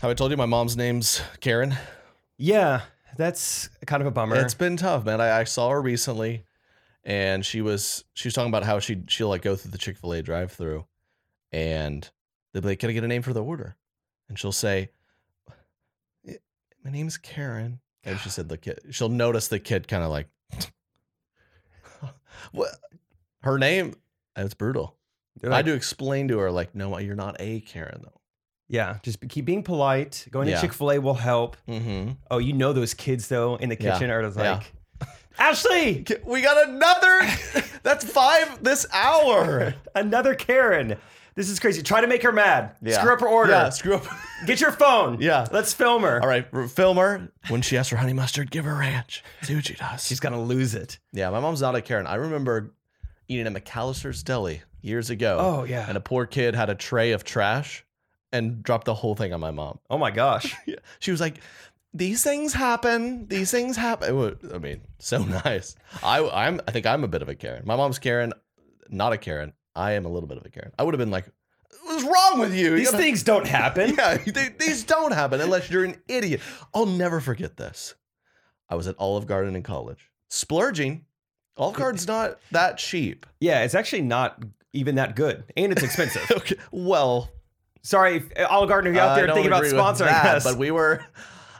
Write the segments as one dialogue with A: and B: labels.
A: Have I told you my mom's name's Karen?
B: Yeah, that's kind of a bummer.
A: It's been tough, man. I, I saw her recently, and she was she was talking about how she she'll like go through the Chick Fil A drive through, and they'll be like, "Can I get a name for the order?" And she'll say, "Eh, "My name's Karen." And she said the kid. She'll notice the kid kind of like, "What? Her name?" That's brutal.
B: They're
A: I
B: like,
A: do explain to her like, "No, you're not a Karen though."
B: Yeah, just be- keep being polite. Going
A: Yeah.
B: to Chick Fil A will help.
A: Mm-hmm.
B: Oh, you know those kids though in the
A: Yeah,
B: kitchen are just
A: yeah.
B: like, Ashley,
A: K- We got another. That's five this hour.
B: another Karen. This is crazy. Try to make her mad.
A: Yeah.
B: Screw up her order.
A: Yeah, screw up.
B: Get your phone.
A: Yeah.
B: Let's film her.
A: All right, r- film her. When she asks for honey mustard, give her ranch. See what she does.
B: She's gonna lose it.
A: yeah, my mom's not a Karen. I remember eating at McAllister's Deli years ago.
B: Oh yeah.
A: And a poor kid had a tray of trash and dropped the whole thing on my mom.
B: oh my gosh.
A: She was like, these things happen. These things happen. It wa- I mean, so nice. I, I'm, I think I'm a bit of a Karen. My mom's Karen, not a Karen. I am a little bit of a Karen. I would have been like, what's wrong with you? You
B: These
A: gotta-
B: things don't happen.
A: Yeah, th- these don't happen unless you're an idiot. I'll never forget this. I was at Olive Garden in college, splurging. Olive Garden's not that cheap.
B: Yeah, it's actually not even that good, and it's expensive.
A: okay, well,
B: Sorry, if- uh, Olive Garden, if you're out
A: I
B: there
A: don't
B: thinking about
A: agree with
B: sponsoring
A: that,
B: us.
A: but we were,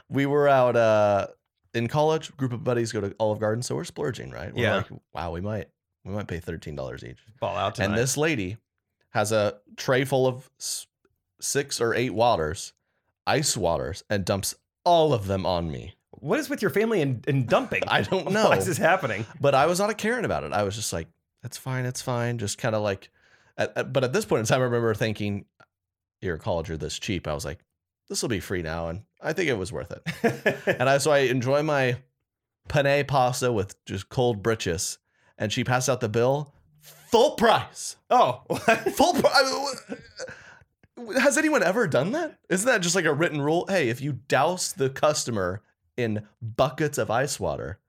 A: we were out uh, in college. Group of buddies go to Olive Garden, so we're splurging, right? We're
B: Yeah.
A: Like, wow, we might, we might pay thirteen dollars each.
B: fall out tonight.
A: And this lady has a tray full of s- six or eight waters, ice waters, and dumps all of them on me.
B: what is with your family and, and dumping?
A: I don't know.
B: Why is this happening?
A: but I was not a Karen about it. I was just like, that's fine, it's fine. Just kind of like, at, at- but at this point in time, I remember thinking, you're a college, you're this cheap. I was like, this will be free now. And I think it was worth it. And I, so I enjoy my penne pasta with just cold britches. And she passed out the bill, full price.
B: oh, what?
A: Full price. Has anyone ever done that? Isn't that just like a written rule? Hey, if you douse the customer in buckets of ice water,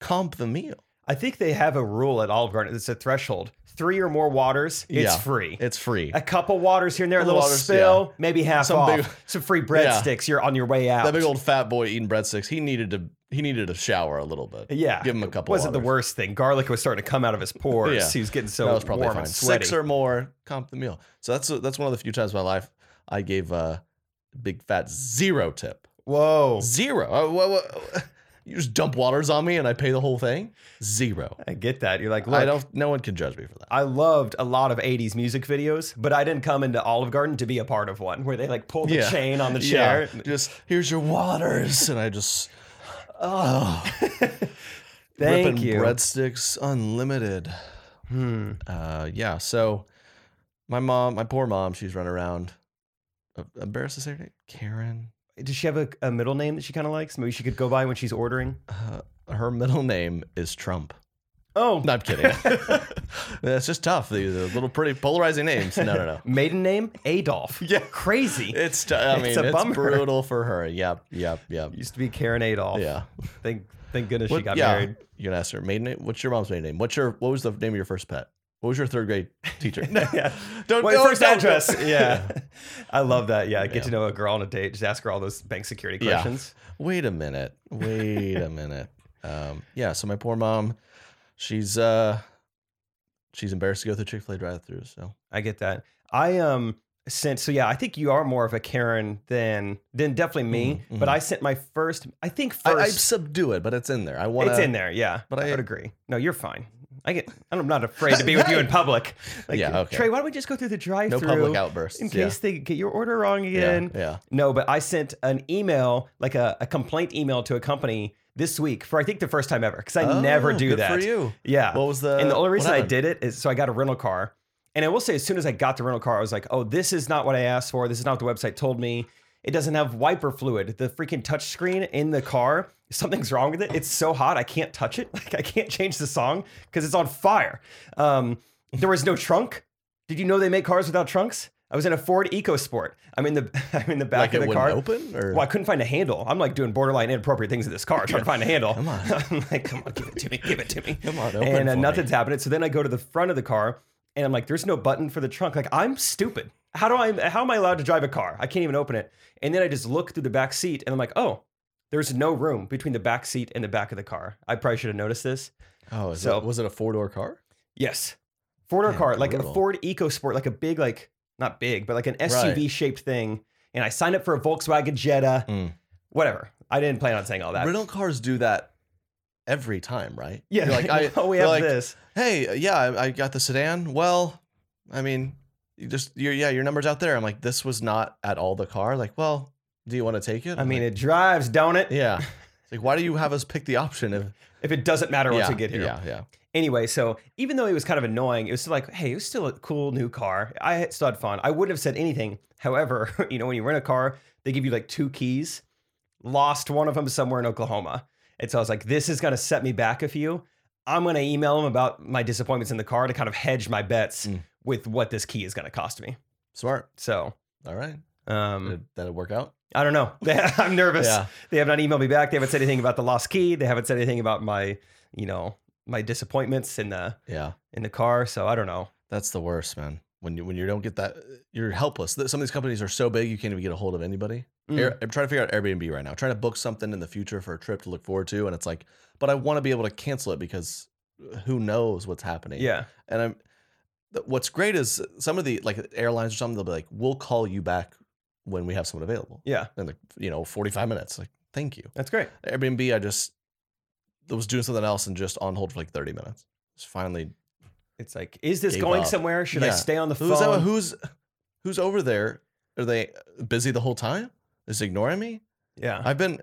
A: comp the meal.
B: I think they have a rule at Olive Garden. It's a threshold. Three or more waters, it's
A: Yeah.
B: free.
A: It's free.
B: a couple waters here and there, a
A: Couple
B: little
A: waters,
B: spill, maybe half
A: Some
B: off.
A: big-
B: Some free breadsticks. You're on your way out.
A: That big old fat boy eating breadsticks. He needed to. He needed a shower a little bit.
B: yeah.
A: give him a couple.
B: Wasn't the
A: waters.
B: worst thing. Garlic was starting to come out of his pores.
A: Yeah.
B: He was getting so
A: that was probably
B: warm
A: fine.
B: and sweaty.
A: Six or more, comp the meal. So that's that's one of the few times in my life I gave a big fat zero tip.
B: Whoa.
A: Zero. Uh, wha- wha- You just dump waters on me and I pay the whole thing. Zero.
B: I get that. You're like, look,
A: I
B: I,
A: don't. No one can judge me for that.
B: loved a lot of 80s music videos, but I didn't come into Olive Garden to be a part of one where they like pull the
A: Yeah.
B: chain on the chair.
A: Yeah, just here's your waters, and I just oh,
B: Thank
A: ripping
B: you.
A: breadsticks unlimited.
B: Hmm.
A: uh yeah so my mom my poor mom she's running around uh, embarrassed to say her name karen
B: Does she have a, a middle name that she kind of likes? Maybe she could go by when she's ordering.
A: uh, her middle name is trump
B: Oh,
A: no i'm kidding that's just tough these are little pretty polarizing names no no no
B: maiden name Adolf.
A: Yeah.
B: crazy.
A: it's t- i
B: It's
A: mean it's,
B: a bummer.
A: brutal for her yep yep yep
B: Used to be Karen Adolf.
A: yeah
B: Thank thank goodness Oh, she
A: What-
B: got
A: yeah.
B: married.
A: you're gonna ask her maiden name what's your mom's maiden name what's your what was the name of your first pet what was your third grade teacher
B: yeah.
A: don't
B: What,
A: don't-
B: first
A: don't-
B: address. Yeah. I love that. Yeah. Get
A: Yeah.
B: to know a girl on a date. Just ask her all those bank security
A: Yeah.
B: questions.
A: wait a minute wait a minute um yeah so my poor mom she's uh she's embarrassed to go through chick-fil-a drive-through so
B: I get that. I um sent so yeah, I think you are more of a Karen than than definitely me.
A: Mhm,
B: But
A: mhm.
B: I sent my first I think
A: I, I
B: first
A: subdue it but it's in there i want
B: it's in there, yeah.
A: but
B: But I,
A: I-
B: would agree. No, you're fine. I get I'm not afraid to be with you in public. Like,
A: Yeah, okay.
B: Trey, why don't we just go through the drive
A: no
B: through
A: public outbursts
B: in case they get your order wrong
A: yeah, yeah,
B: again.
A: yeah
B: No, but I sent an email, like a, a complaint email to a company this week for I think the first time ever because I never
A: Oh,
B: do
A: good
B: that.
A: for you
B: Yeah.
A: what was the
B: and the only
A: what
B: reason I
A: happened?
B: did it is so I got a rental car. And I will say, as soon as I got the rental car, I was like, oh, this is not what I asked for. This is not what the website told me. It doesn't have wiper fluid. The freaking touchscreen in the car, something's wrong with it. It's so hot, I can't touch it. Like, I can't change the song because it's on fire. Um, there was no trunk. Did you know they make cars without trunks? I was in a Ford EcoSport. I'm in the I'm in the back
A: like
B: of
A: it
B: the
A: wouldn't
B: car.
A: open or
B: Well, I couldn't find a handle. I'm like doing borderline inappropriate things in this car, trying to find a handle.
A: Come on.
B: I'm like, come on, give it to me, give it to me.
A: come on open
B: and uh,
A: for me.
B: nothing's happening. So then I go to the front of the car and I'm like, there's no button for the trunk. Like, I'm stupid. How do I? How am I allowed to drive a car? I can't even open it. And then I just look through the back seat, and I'm like, oh, there's no room between the back seat and the back of the car. I probably should have noticed this.
A: Oh, is
B: So-
A: that, was it a four door car?
B: Yes, Ford or
A: Man,
B: car, like a
A: brutal.
B: Ford EcoSport, like a big, like not big, but like an SUV shaped thing. And I signed up for a Volkswagen Jetta.
A: Mm.
B: Whatever. I didn't plan on saying all that.
A: Rental cars do that every time, right?
B: yeah,
A: You're like I,
B: oh, we
A: you're
B: have
A: like,
B: this.
A: hey, uh, yeah, I, I got the sedan. Well, I mean, you just your yeah, your number's out there. I'm like, this was not at all the car. Like, well, do you want to take it?
B: I
A: I'm
B: mean,
A: like,
B: it drives, don't it?
A: yeah. It's like, why do you have us pick the option if
B: If it doesn't matter once
A: yeah,
B: we get here.
A: Yeah, yeah.
B: Anyway, so even though it was kind of annoying, it was still like, hey, it was still a cool new car. I had- still had fun. I wouldn't have said anything. However, you know, when you rent a car, they give you like two keys. Lost one of them somewhere in Oklahoma. And so I was like, this is going to set me back a few. I'm going to email them about my disappointments in the car to kind of hedge my bets
A: Mm.
B: with what this key is going to cost me.
A: Smart.
B: So,
A: All right.
B: um,
A: Did, that'd work out.
B: I don't know. I'm nervous.
A: Yeah.
B: They have not emailed me back. They haven't said anything about the lost key. They haven't said anything about my, you know, my disappointments in the
A: Yeah.
B: in the car. So I don't know.
A: That's the worst, man. When you when you don't get that, you're helpless. Th- Some of these companies are so big you can't even get a hold of anybody.
B: Mm.
A: Air, I'm trying to figure out Airbnb right now. Trying to book something in the future for a trip to look forward to, and it's like, but I want to be able to cancel it because uh, who knows what's happening.
B: Yeah.
A: And I'm th- what's great is uh, some of the like airlines or something they'll be like, we'll call you back when we have someone available.
B: Yeah.
A: And like you know, 45 minutes. Like thank you.
B: That's great.
A: Airbnb, I just was doing something else and just on hold for like 30 minutes. It's finally
B: It's like, is this
A: Gave
B: going
A: up.
B: somewhere? Should I
A: Yeah.
B: stay on the phone?
A: Who's that, who's who's over there? Are they uh, busy the whole time? Is ignoring me?
B: yeah.
A: I've been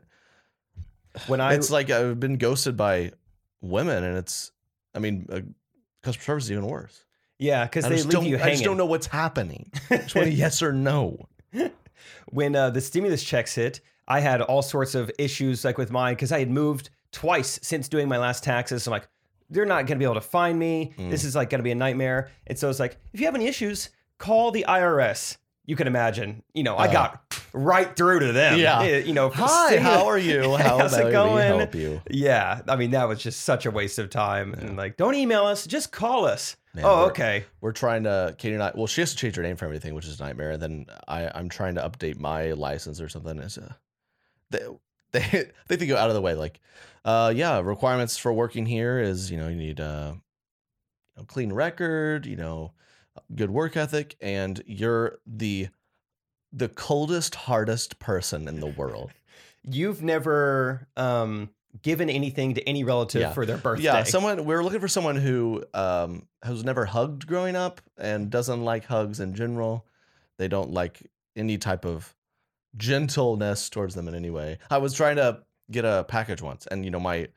B: When Uh, I
A: it's like uh, I've been ghosted by women, and it's I mean uh, customer service is even worse.
B: yeah, because
A: I
B: they
A: just
B: leave
A: don't
B: you
A: I just don't
B: hanging.
A: know what's happening. I just want a yes or no.
B: When uh, the stimulus checks hit, I had all sorts of issues like with mine because I had moved twice since doing my last taxes. I'm like, they're not going to be able to find me.
A: Mm.
B: This is like going to be a nightmare. And so it's like, if you have any issues, call the IRS. You can imagine, you know, I
A: Uh.
B: got right through to them.
A: Yeah.
B: Eh, You know,
A: Hi, how are you? How
B: How's it
A: may we
B: going?
A: help you?
B: Yeah, I mean that was just such a waste of time. And like, don't email us, just call us.
A: Man,
B: oh,
A: we're-
B: okay.
A: We're trying to Katie and I. Well, she has to change her name for everything, which is a nightmare. And then I, I'm trying to update my license or something. It's uh they they they think out of the way. Like, uh, yeah, requirements for working here is you know you need uh, a clean record, you know, good work ethic, and you're the the coldest, hardest person in the world.
B: You've never um, given anything to any relative
A: Yeah.
B: for their birthday.
A: Yeah, someone we are looking for someone who um has never hugged growing up and doesn't like hugs in general. They don't like any type of gentleness towards them in any way. I was trying to get a package once, and you know my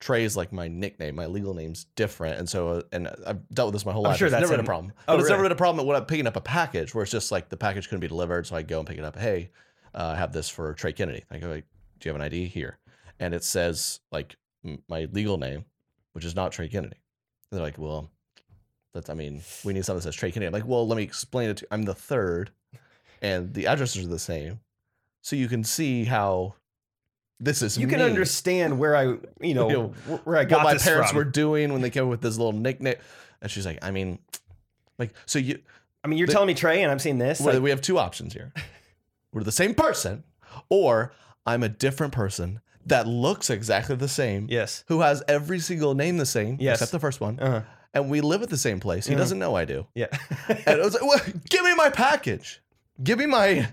A: Trey is like my nickname. My legal name's different, and so uh, and I've dealt with this my whole
B: I'm
A: life.
B: sure
A: it's
B: that's
A: never been a
B: in-
A: problem.
B: Oh,
A: but it's never
B: really?
A: been a problem when I'm picking up a package where it's just like the package couldn't be delivered, so I go and pick it up. Hey, uh, I have this for Trey Kennedy. I go, like, do you have an ID here? And it says like m- my legal name, which is not Trey Kennedy. And they're like, well, that's I mean, we need something that says Trey Kennedy. I'm like, well, let me explain it to you. I'm the third, and the addresses are the same, so you can see how this is.
B: you can
A: me
B: understand where I, you know,
A: You know,
B: wh- where I got
A: what my
B: this
A: parents
B: from.
A: were doing when they came up with this little nickname. And she's like, I mean, like, so you,
B: I mean, you're
A: the-
B: telling me Trey, and I'm seeing this.
A: well,
B: like,
A: we have two options here. We're the same person, or I'm a different person that looks exactly the same,
B: yes.
A: who has every single name the same,
B: Yes.
A: except the first one,
B: Uh-huh.
A: and we live at the same place. He
B: Mhm.
A: doesn't know I do.
B: Yeah.
A: And I was like, well, give me my package. Give me my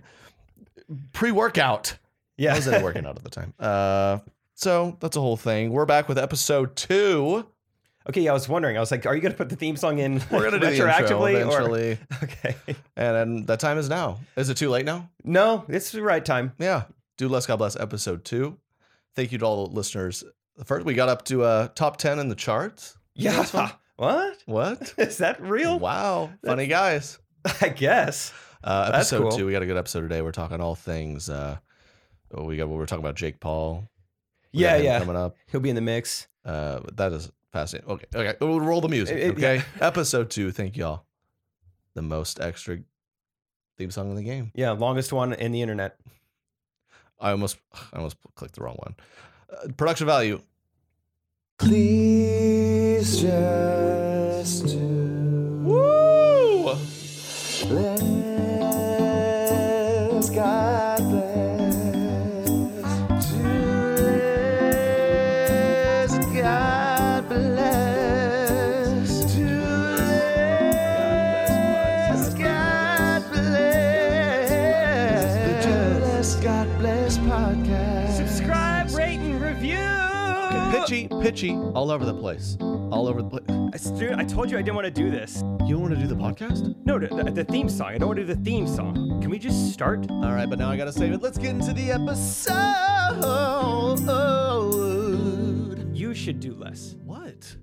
A: pre workout.
B: yeah.
A: I wasn't working out at the time. Uh, so that's a whole thing. We're back with episode two.
B: Okay. Yeah, I was wondering. I was like, are you going to put the theme song in
A: We're gonna do the intro
B: retroactively? or,
A: eventually.
B: okay.
A: And then the time is now. Is it too late now?
B: No, it's the right time.
A: Yeah. Do less, God bless. Episode two. Thank you to all the listeners. First, we got up to uh, top ten in the charts.
B: Yeah.
A: That's fun.
B: What?
A: What?
B: Is that real?
A: Wow, funny guys.
B: I guess.
A: Uh,
B: That's
A: episode
B: cool.
A: two. We got a good episode today. We're talking all things. Uh, oh, we got. We're talking about Jake Paul. We got
B: Yeah.
A: him
B: Yeah.
A: Coming up.
B: He'll be in the mix.
A: Uh, that is fascinating. Okay. Okay. We'll roll the music.
B: It- it-
A: okay. Episode two. Thank y'all. The most extra theme song in the game.
B: Yeah, longest one in the internet.
A: I almost I almost clicked the wrong one. Uh, production value.
C: Please just do
A: Woo!
C: let God bless. Julius, God bless. Julius, God bless. The Julius, God bless podcast.
B: Subscribe, rate, and review.
A: Pitchy, pitchy, all over the place. All over the place.
B: I, dude, I told you I didn't want to do this.
A: You want to do the podcast?
B: No, the, the theme song. I don't want to do the theme song. Can we just start?
A: All right, but now I got to save it. Let's get into the episode.
B: You should do less.
A: What?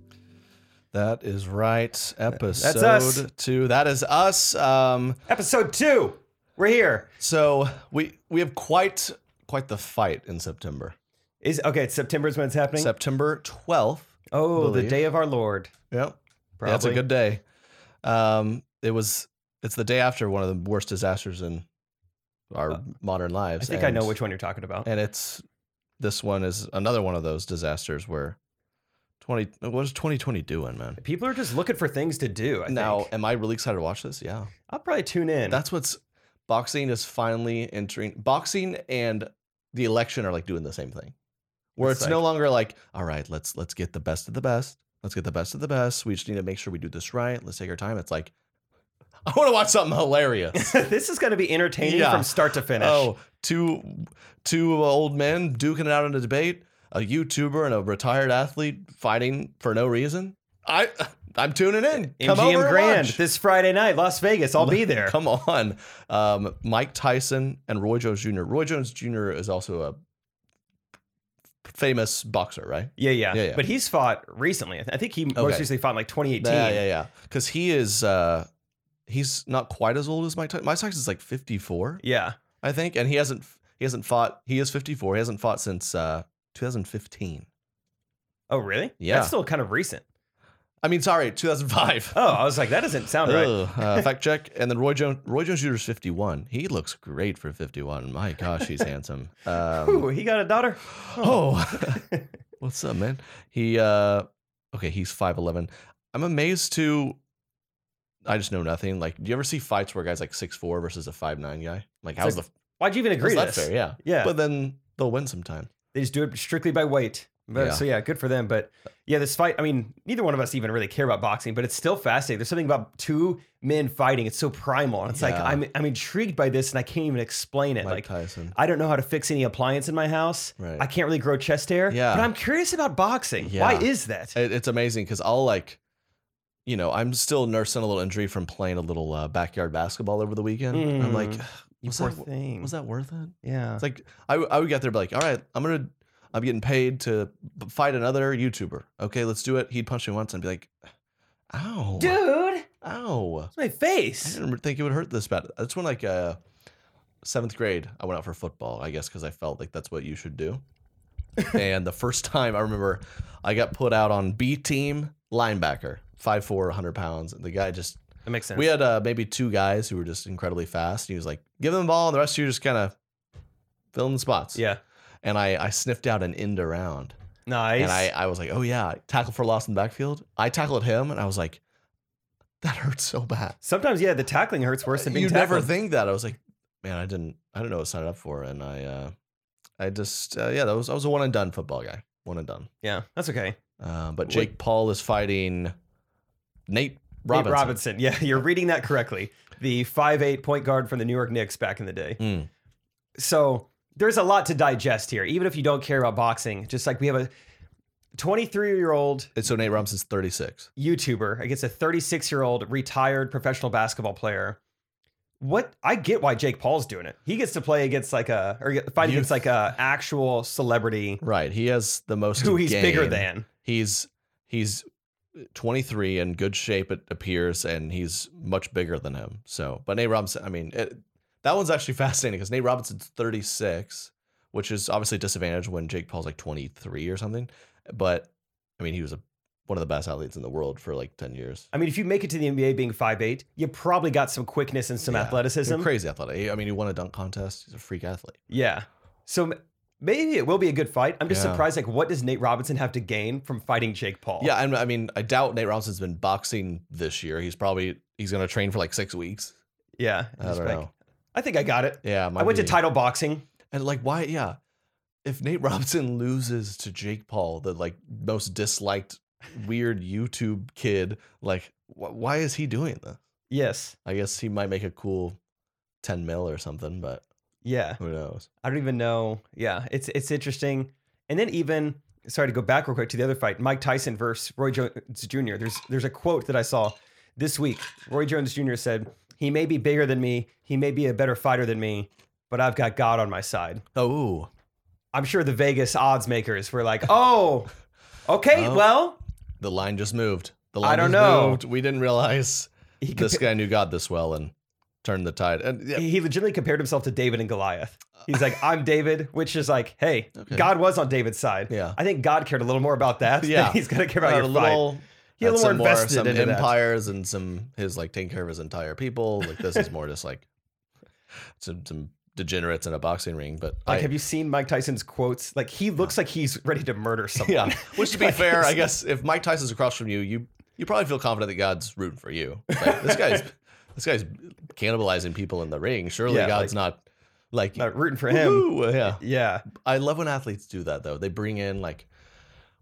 A: That is right. Episode
B: us.
A: two. That is us. Um,
B: Episode two. We're here.
A: so we we have quite quite the fight in September.
B: Is okay. it's September is when it's happening.
A: September twelfth.
B: oh, the
A: believe.
B: day of our Lord.
A: Yep.
B: Probably.
A: That's a good day. Um, it was. It's the day after one of the worst disasters in our
B: Uh,
A: modern
B: I
A: lives.
B: think I know which one you're talking about.
A: And it's this one is another one of those disasters where twenty. What is twenty twenty doing, man?
B: People are just looking for things to do. I
A: now,
B: think.
A: am I really excited to watch this? Yeah.
B: I'll probably tune in.
A: That's what's boxing is finally entering. Boxing and the election are like doing the same thing, where
B: It's
A: it's, no longer like, all right, let's let's get the best of the best. Let's get the best of the best. We just need to make sure we do this right. Let's take our time. It's like, I want to watch something hilarious.
B: this is going to be entertaining
A: Yeah.
B: from start to finish.
A: Oh, two two old men duking it out in a debate. A YouTuber and a retired athlete fighting for no reason. I I'm tuning in.
B: MGM
A: Come over and
B: Grand
A: watch.
B: this Friday night, Las Vegas. I'll be there.
A: Come on. Um, Mike Tyson and Roy Jones Jr. Roy Jones Jr. is also a famous boxer, right?
B: Yeah, yeah,
A: Yeah, yeah.
B: But he's fought recently. I th- I think he most
A: Okay.
B: recently fought in like 2018.
A: Yeah, yeah, yeah. Because he is uh he's not quite as old as Mike Tyson. Mike Tyson's like 54,
B: Yeah.
A: I think, and he hasn't he hasn't fought he is 54. He hasn't fought since uh 2015.
B: Oh, really?
A: Yeah.
B: That's still kind of recent.
A: I mean, sorry, 2005.
B: Oh, I was like, that doesn't sound right.
A: Ugh, uh, fact check, and then Roy Jones. Roy Jones Jr. is fifty-one. He looks great for fifty-one. My gosh, he's handsome. Um,
B: Ooh, he got a daughter.
A: Oh, what's up, man? He, uh, okay, he's 5'11. I'm amazed to, I just know nothing. Like, do you ever see fights where guys like 6'4 versus a 5'9 guy? Like, how's
B: like,
A: the,
B: Why'd you even agree
A: how's
B: to
A: that
B: this?
A: fair? Yeah.
B: Yeah.
A: But then they'll win sometime.
B: they just do it strictly by weight. But,
A: Yeah.
B: So yeah, good for them. But yeah, this fight. I mean, neither one of us even really care about boxing, but it's still fascinating. There's something about two men fighting. It's so primal. And it's like
A: Yeah.
B: I'm I'm intrigued by this, and I can't even explain it.
A: Mike
B: like
A: Tyson.
B: I don't know how to fix any appliance in my house.
A: Right.
B: I can't really grow chest hair.
A: Yeah.
B: But I'm curious about boxing. Why
A: Yeah.
B: is that?
A: It- it's amazing because I'll like, you know, I'm still nursing a little injury from playing a little uh, backyard basketball over the weekend. I'm like,
B: Mm. You
A: was
B: poor
A: that, wo-
B: thing.
A: was that worth it?
B: Yeah.
A: It's like I, w- I would get there, and be like, all right, I'm gonna, I'm getting paid to b- fight another YouTuber. Okay, let's do it. He'd punch me once and be like, ow,
B: dude,
A: ow.
B: it's my
A: I
B: face.
A: didn't think it would hurt this bad. That's when like uh, seventh grade, I went out for football. I guess because I felt like that's what you should do. and the first time I remember, I got put out on B team linebacker, 5'4", 100 pounds, and the guy just
B: That makes sense.
A: we had uh, maybe two guys who were just incredibly fast. And he was like, give them the ball, and the rest of you just kind of fill in the spots.
B: yeah.
A: And I, I sniffed out an end around.
B: Nice.
A: And I, I was like, oh, yeah, tackle for loss in the backfield. I tackled him, and I was like, that hurts so bad.
B: Sometimes, yeah, the tackling hurts worse than being
A: You
B: tackled.
A: never think that. I was like, man, I didn't, I didn't know what to sign up for. And I, uh, I just, uh, yeah, that was, I was a one and done football guy, one and done.
B: yeah, that's okay.
A: Uh, but Jake Paul is fighting Nate
B: Nate
A: Robinson.
B: Robinson. Yeah, you're reading that correctly. The 5'8 point guard from the New York Knicks back in the day.
A: Mm.
B: So there's a lot to digest here, even if you don't care about boxing. Just like we have a 23 year old
A: And so Nate Robinson's 36.
B: YouTuber against a 36 year old retired professional basketball player. What I get why Jake Paul's doing it. He gets to play against like a or get- fight
A: Youth.
B: against like a actual celebrity
A: Right. He has the most.
B: who he's bigger
A: game.
B: than.
A: he's he's 23 in good shape it appears and he's much bigger than him so but nate robinson i mean it, that one's actually fascinating because nate robinson's 36 which is obviously a disadvantage when jake paul's like 23 or something but i mean he was a, one of the best athletes in the world for like 10 years
B: I mean, if you make it to the NBA being 5'8, you probably got some quickness and some
A: Yeah. He's a
B: athleticism.
A: crazy athletic He- i mean he won a dunk contest he's a freak athlete
B: Yeah. So m- maybe it will be a good fight. I'm just
A: Yeah.
B: surprised. Like, what does Nate Robinson have to gain from fighting Jake Paul?
A: yeah and i mean i doubt nate robinson's been boxing this year he's probably he's going to train for like six weeks
B: Yeah.
A: i
B: Just
A: don't
B: like-
A: know
B: I I think I got it.
A: Yeah,
B: I
A: might
B: went to
A: be.
B: title boxing.
A: And like, why? Yeah, if Nate Robinson loses to Jake Paul, the like most disliked weird YouTube kid, like, wh- why is he doing this?
B: Yes.
A: I guess he might make a cool ten mil or something, but
B: Yeah.
A: who knows?
B: I don't even know. Yeah, it's it's interesting. And then even sorry to go back real quick to the other fight, Mike Tyson versus Roy Jones Jr. There's there's a quote that I saw this week. Roy Jones Jr. said, "He may be bigger than me, he may be a better fighter than me, but I've got God on my side."
A: Oh,
B: I'm sure the Vegas odds makers were like, "Oh, okay,
A: Oh.
B: well,
A: the line just moved. The
B: I
A: line
B: don't
A: just
B: know.
A: Moved. We didn't realize
B: he
A: this
B: compa-
A: guy knew God this well and turned the tide. And yeah,
B: he legitimately compared himself to David and Goliath. He's like, I'm David, which is like, hey,
A: Okay.
B: God was on David's side.
A: Yeah.
B: I think God cared a little more about that. than
A: Yeah.
B: he's gonna care about
A: Uh,
B: your
A: a
B: fight.
A: little.
B: He had
A: had
B: a little
A: some
B: more invested
A: some
B: into that.
A: empires and some his like taking care of his entire people. Like this is more just like some some degenerates in a boxing ring. But
B: Like,
A: I,
B: have you seen Mike Tyson's quotes? Like, he looks like he's ready to murder someone.
A: yeah, which to be
B: Like,
A: fair, I
B: it's-
A: guess if Mike Tyson's across from you, you you probably feel confident that God's rooting for you. Like, this guy's this guy's cannibalizing people in the ring. Surely
B: Yeah,
A: God's not like
B: Not rooting for him.
A: woohoo, yeah.
B: Yeah.
A: I love when athletes do that though. They bring in like,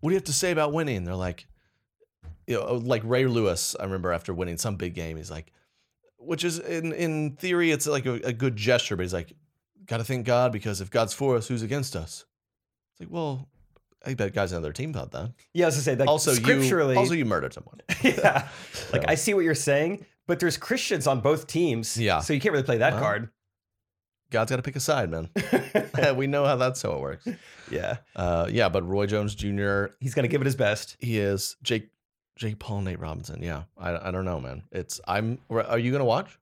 A: what do you have to say about winning? They're like, you know, like Ray Lewis. I remember after winning some big game, he's like, which is in in theory, it's like a, a good gesture, but he's like, gotta thank God because if God's for us, who's against us? It's like, well, I bet guys on their team thought that.
B: Yeah, I was gonna say, like,
A: Also,
B: scripturally.
A: you also you murdered someone.
B: yeah. Like,
A: So.
B: I see what you're saying, but there's Christians on both teams.
A: Yeah.
B: So you can't really play that
A: Well.
B: card.
A: God's got to pick a side, man. we know how that's how it works.
B: yeah.
A: Uh, yeah, but Roy Jones Jr.
B: He's gonna give it his best.
A: He is Jake Jake Paul Nate Robinson. Yeah, I, I don't know, man. It's I'm. Are you gonna watch?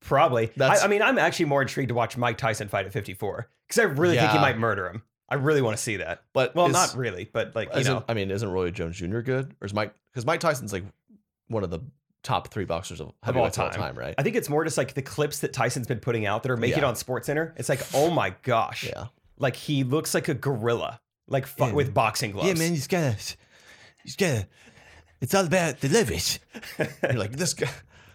B: Probably. I,
A: That's-
B: I mean, I'm actually more intrigued to watch Mike Tyson fight at 54 because I really think he
A: Yeah.
B: might murder him. I really want to see that.
A: But
B: Well,
A: is-
B: not really, but like, you
A: isn't-
B: know,
A: I mean, isn't Roy Jones Jr. good, or is Mike? Because Mike Tyson's like one of the top three boxers of heavyweights of all
B: time.
A: time, right?
B: I think it's more just like the clips that Tyson's been putting out that are making
A: Yeah.
B: it on SportsCenter. It's like, oh my gosh.
A: Yeah.
B: Like he looks like a gorilla, like fu-
A: Yeah.
B: with boxing gloves.
A: he's gotta, he's gotta. It's all about the leverage. You're like this guy.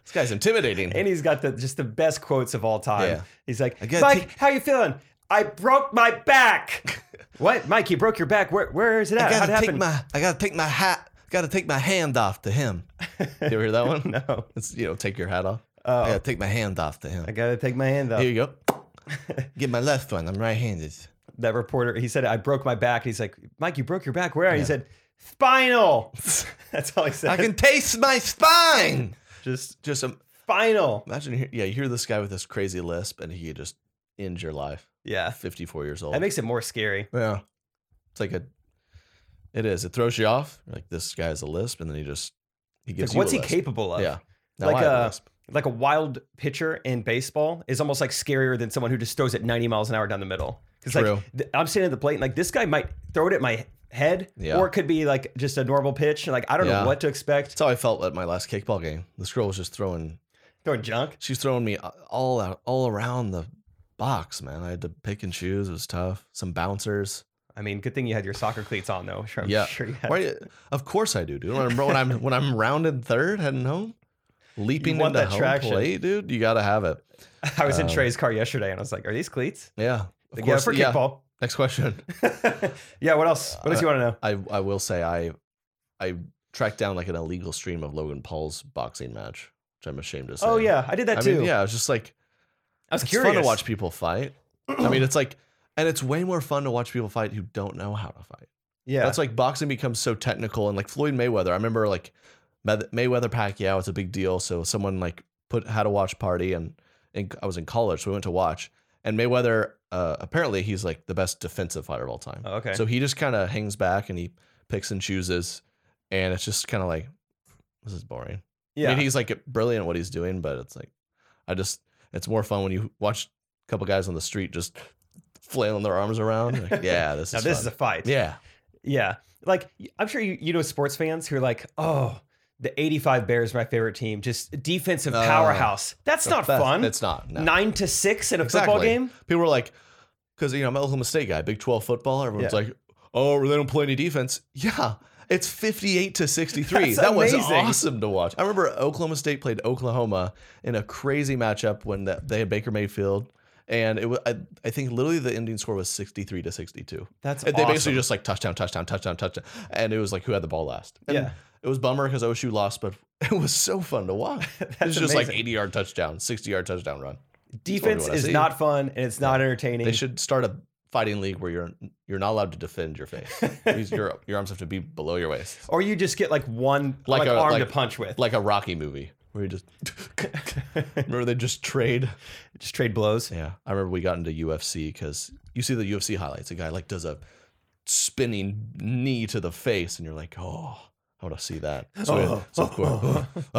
A: This guy's intimidating.
B: And he's got the just the best quotes of all time.
A: Yeah.
B: He's like,
A: I gotta
B: Mike,
A: take-
B: how you feeling? I broke my back. what, Mike? You broke your back? Where, where is it at? How'd it happen?
A: my. I gotta take my hat. Gotta take my hand off to him. you ever hear that one?
B: no,
A: It's you know, take your hat off.
B: Oh.
A: I gotta take my hand off to him.
B: I gotta take my hand off.
A: Here you go. Get my left one. I'm right-handed.
B: that reporter, he said, I broke my back. He's like, Mike, you broke your back. Where? He said, spinal. That's all he said.
A: I can taste my spine.
B: just
A: Just um,
B: spinal.
A: imagine, he- yeah, you hear this guy with this crazy lisp, and he could just end your life.
B: Yeah.
A: 54 years old.
B: That makes it more scary.
A: yeah, it's like a. It is. It throws you off. You're like this guy's a lisp, and then he just he
B: It's
A: gives
B: like,
A: you
B: what's
A: a
B: he
A: lisp.
B: capable of?
A: Yeah, now
B: Like uh,
A: I have a
B: a-
A: lisp.
B: Like a wild pitcher in baseball is almost like scarier than someone who just throws it 90 miles an hour down the middle. Because
A: True.
B: like th- I'm standing at the plate and like this guy might throw it at my head,
A: Yeah.
B: or it could be like just a normal pitch. and, Like I don't
A: Yeah.
B: know what to expect.
A: That's how I felt at my last kickball game. This girl was just throwing
B: Throwing junk.
A: she's throwing me all out, all around the box, man. I had to pick and choose. It was tough. Some bouncers.
B: I mean, good thing you had your soccer cleats on though. Sure, I'm
A: yeah,
B: sure you had.
A: Why- of course I do, dude. When I'm when I'm, when I'm rounded third heading home, leaping
B: want
A: into
B: that
A: home
B: traction.
A: plate, dude. You gotta have it.
B: I was in
A: Um,
B: Trey's car yesterday and I was like, are these cleats?
A: Yeah. Of
B: Like, yeah, for
A: yeah.
B: kickball.
A: Next question.
B: yeah, what else? What else you want to know?
A: I I will say I I tracked down like an illegal stream of Logan Paul's boxing match, which I'm ashamed to say.
B: Oh yeah, I did that
A: I
B: too.
A: mean, yeah, I was just like,
B: I was
A: it's
B: curious.
A: fun to watch people fight. I mean, it's like, and it's way more fun to watch people fight who don't know how to fight.
B: Yeah,
A: That's like boxing becomes so technical, and like Floyd Mayweather. I remember like May- Mayweather Pacquiao. It's a big deal. So someone like put had a watch party, and, and I was in college, so we went to watch. And Mayweather, uh, apparently, he's like the best defensive fighter of all time.
B: Oh, okay.
A: So he just kind of hangs back and he picks and chooses, and it's just kind of like this is boring.
B: yeah.
A: I mean, he's like brilliant at what he's doing, but it's like, I just, it's more fun when you watch a couple guys on the street just flailing their arms around. You're like, yeah, this
B: now
A: is
B: this
A: fun.
B: is a fight.
A: yeah,
B: Yeah. Like y- I'm sure you, you know sports fans who are like, oh, the 85 Bears are my favorite team. Just defensive
A: Oh.
B: powerhouse. That's not
A: That's-
B: fun.
A: It's not. No.
B: Nine to six in a football
A: Exactly.
B: game.
A: People were like, because you know I'm an Oklahoma State guy, Big 12 football. Everyone's
B: Yeah.
A: like, oh, they don't play any defense. Yeah, It's 58 to 63.
B: That's
A: that was
B: amazing.
A: awesome to watch. I remember Oklahoma State played Oklahoma in a crazy matchup when that they had Baker Mayfield. And it was, I, I think literally the ending score was 63 to 62.
B: That's
A: And They basically
B: awesome.
A: just like touchdown, touchdown, touchdown, touchdown. And it was like, who had the ball last? And
B: Yeah.
A: It was bummer because OSU lost, but it was so fun to watch. it was just like
B: amazing.
A: 80 yard touchdown, 60 yard touchdown run.
B: defense
A: what I
B: is
A: see.
B: not fun and it's not entertaining.
A: They should start a fighting league where you're you're not allowed to defend your face. These- your, your arms have to be below your waist.
B: or you just get like one
A: Like
B: like,
A: a-
B: arm to
A: like-
B: punch with.
A: like a Rocky movie where you just remember they just trade.
B: just trade blows.
A: Yeah, I remember we got into UFC because you see the UFC highlights. A guy like does a spinning knee to the face, and you're like, oh, I want to see that. So, we, so of course,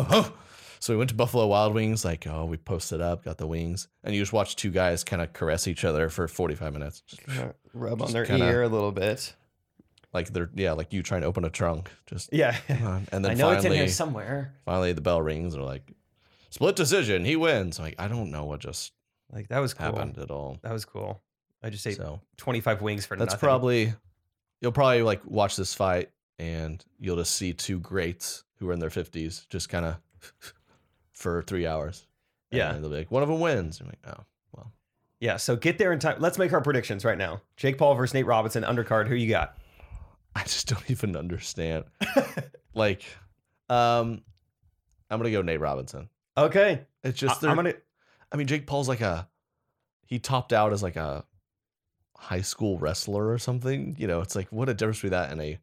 A: so we went to Buffalo Wild Wings. Like, oh, we posted up, got the wings, and you just watch two guys kind of caress each other for 45 minutes. Just
D: Rub on
A: Just
D: their
A: kinda-
D: ear a little bit.
A: like they're yeah, like you trying to open a trunk. Just
B: Yeah.
A: come on. and then
D: I know
A: finally,
D: it's in here somewhere.
A: finally the bell rings and they're like split decision he wins I'm like i don't know what just
B: Like that was cool.
A: happened at all
B: That was cool. I just ate
A: so
B: 25 wings for
A: that's
B: nothing.
A: probably you'll probably like watch this fight and you'll just see two greats who are in their 50s just kind of for three hours And
B: Yeah.
A: they'll be like one of them wins i'm like oh
B: Yeah, so get there in time. Let's make our predictions right now. Jake Paul versus Nate Robinson undercard. Who you got?
A: i just don't even understand like um i'm gonna go nate robinson
B: Okay.
A: it's
B: I,
A: just
B: am
A: they're-
B: going to
A: I mean, Jake Paul's like a he topped out as like a high school wrestler or something. You know, it's like what a difference between that and a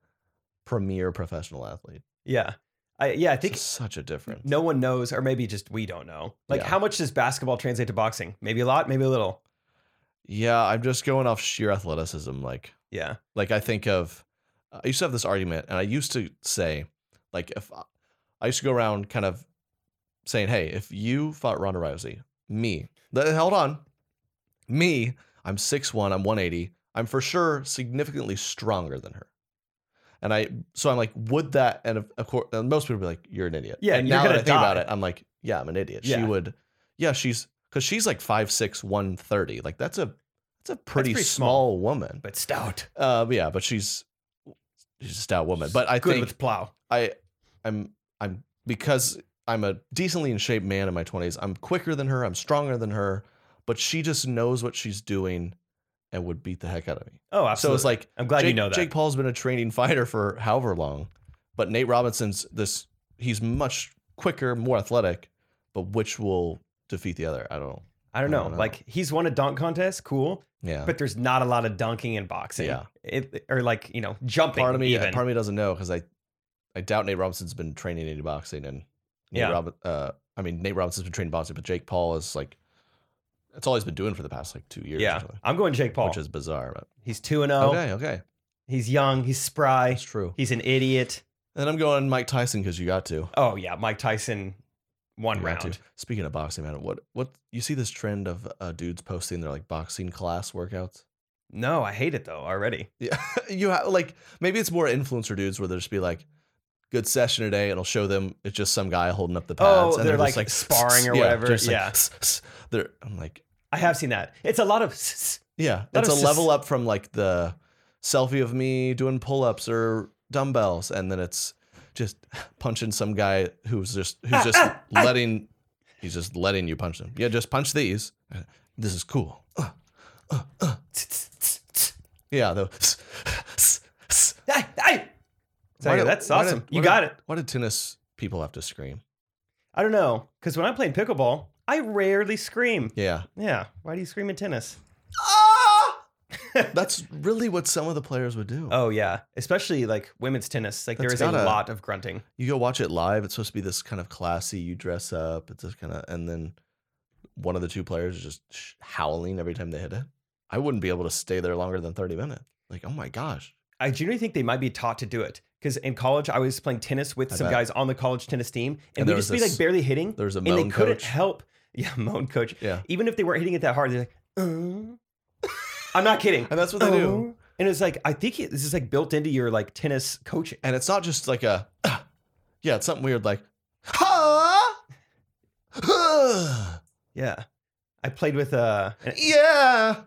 A: premier professional athlete.
B: Yeah. I yeah, I
A: I think
B: think
A: such a difference.
B: no one knows or maybe just we don't know. Like
A: Yeah.
B: how much does basketball translate to boxing? Maybe a lot, maybe a little.
A: Yeah, I'm just going off sheer athleticism. Like,
B: Yeah.
A: like I think of, uh, I used to have this argument, and I used to say, like, if I, I used to go around kind of saying, hey, if you fought Ronda Rousey, me, th- hold on, me, I'm 6'1, I'm 180, I'm for sure significantly stronger than her. And I, so I'm like, would that, and of, of course, and most people be like, you're an idiot.
B: Yeah,
A: and
B: you're
A: now that I
B: gonna
A: think about
B: die.
A: it, I'm like, yeah, I'm an idiot. She
B: Yeah.
A: would, yeah, she's, cause she's like 5'6, 130. Like, that's a, that's a pretty,
B: pretty
A: small,
B: small.
A: woman.
B: But stout.
A: Uh, yeah, but she's she's a stout woman. But I
B: Good
A: think
B: with the plow.
A: I I'm I'm because I'm a decently in shape man in my twenties. I'm quicker than her. I'm stronger than her. But she just knows what she's doing, and would beat the heck out of me.
B: Oh, absolutely.
A: So it's like
B: I'm glad
A: Jake,
B: you know that.
A: Jake Paul's been a training fighter for however long, but Nate Robinson's this. He's much quicker, more athletic, but which will defeat the other? I don't know.
B: I don't
A: I
B: know.
A: don't know.
B: Like he's won a dunk contest, cool,
A: Yeah.
B: but there's not a lot of dunking in boxing.
A: Yeah.
B: It, or like, you know, jumping
A: part of me uh,
B: even.
A: part of me doesn't know because I I doubt Nate Robinson's been training any boxing and Nate
B: Yeah.
A: Rob- uh I mean Nate Robinson's been training boxing, but Jake Paul is like that's all he's been doing for the past like two years. or
B: yeah.
A: something,
B: I'm going Jake Paul.
A: which is bizarre. But
B: he's 2 and 0.
A: okay, okay,
B: He's young, he's spry,
A: that's true.
B: he's an idiot.
A: And I'm going Mike Tyson because you got to
B: Oh yeah, Mike Tyson, one
A: You got to.
B: round.
A: Speaking of boxing, man, what what you see this trend of uh, dudes posting their like boxing class workouts?
B: No, I hate it though already.
A: Yeah, you have like maybe it's more influencer dudes where they will just be like. Good session today, and it'll show them it's just some guy holding up the
B: Oh,
A: pads. and
B: they're,
A: just
B: like, sparring or
A: yeah,
B: whatever.
A: just, like,
B: Yeah.
A: they're I'm like,
B: I have seen that. It's a lot of s-
A: yeah,
B: That
A: it's a
B: was just-
A: level up from like the selfie of me doing pull ups or dumbbells, and then it's just punching some guy who's just who's just letting he's just letting you punch them. Yeah, just punch these. Uh, This is cool. Uh, uh, uh. Yeah, though.
B: Hey, hey! It's like, that's awesome. you got it.
A: Why did tennis people have to scream?
B: I don't know, because when I'm playing pickleball, I rarely scream.
A: Yeah,
B: Yeah, why do you scream in tennis?
A: Ah! that's really what some of the players would do.
B: Oh yeah, especially like women's tennis. Like
A: That's
B: there is
A: gotta-
B: a lot of grunting.
A: you go watch it live. It's supposed to be this kind of classy. You dress up. It's this kind of, and then one of the two players is just sh- howling every time they hit it. I wouldn't be able to stay there longer than thirty minutes. Like, oh my gosh,
B: I genuinely think they might be taught to do it. Because in college, I was playing tennis with
A: I
B: some
A: bet.
B: guys on the college tennis team,
A: And
B: and,
A: there
B: we just
A: was
B: be
A: this-
B: like barely hitting,
A: there's a
B: and they
A: moan
B: couldn't
A: coach.
B: help. Yeah, moan coach.
A: Yeah,
B: even if they weren't hitting it that hard, they're like, "Uh." I'm not kidding.
A: and that's what they do.
B: Uh. And it's like, I think it, this is like built into your like tennis coaching.
A: And it's not just like a, "Ah." yeah, it's something weird like, ha, Huh.
B: Yeah. I played with uh, an-
A: yeah.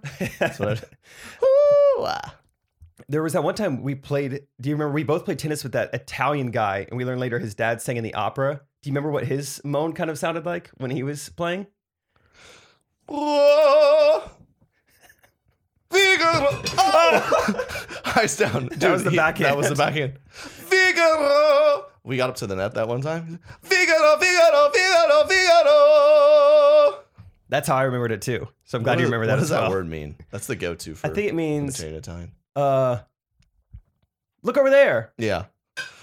A: That's what I- Ooh, ah.
B: There was that one time we played. Do you remember we both played tennis with that Italian guy, and we learned later his dad sang in the opera. Do you remember what his moan kind of sounded like when he was playing?
A: Figaro. Oh! Eyes down. Dude,
B: was the
A: he-
B: backhand.
A: That was the backhand. Figaro. We got up to the net that one time. Figaro, Figaro, Figaro, Figaro.
B: That's how I remembered it too. So I'm glad
A: What
B: you
A: is-
B: remember
A: What
B: that
A: does
B: as well.
A: that word mean? That's the go-to for
B: I think it means
A: potato time.
B: uh, look over there.
A: Yeah,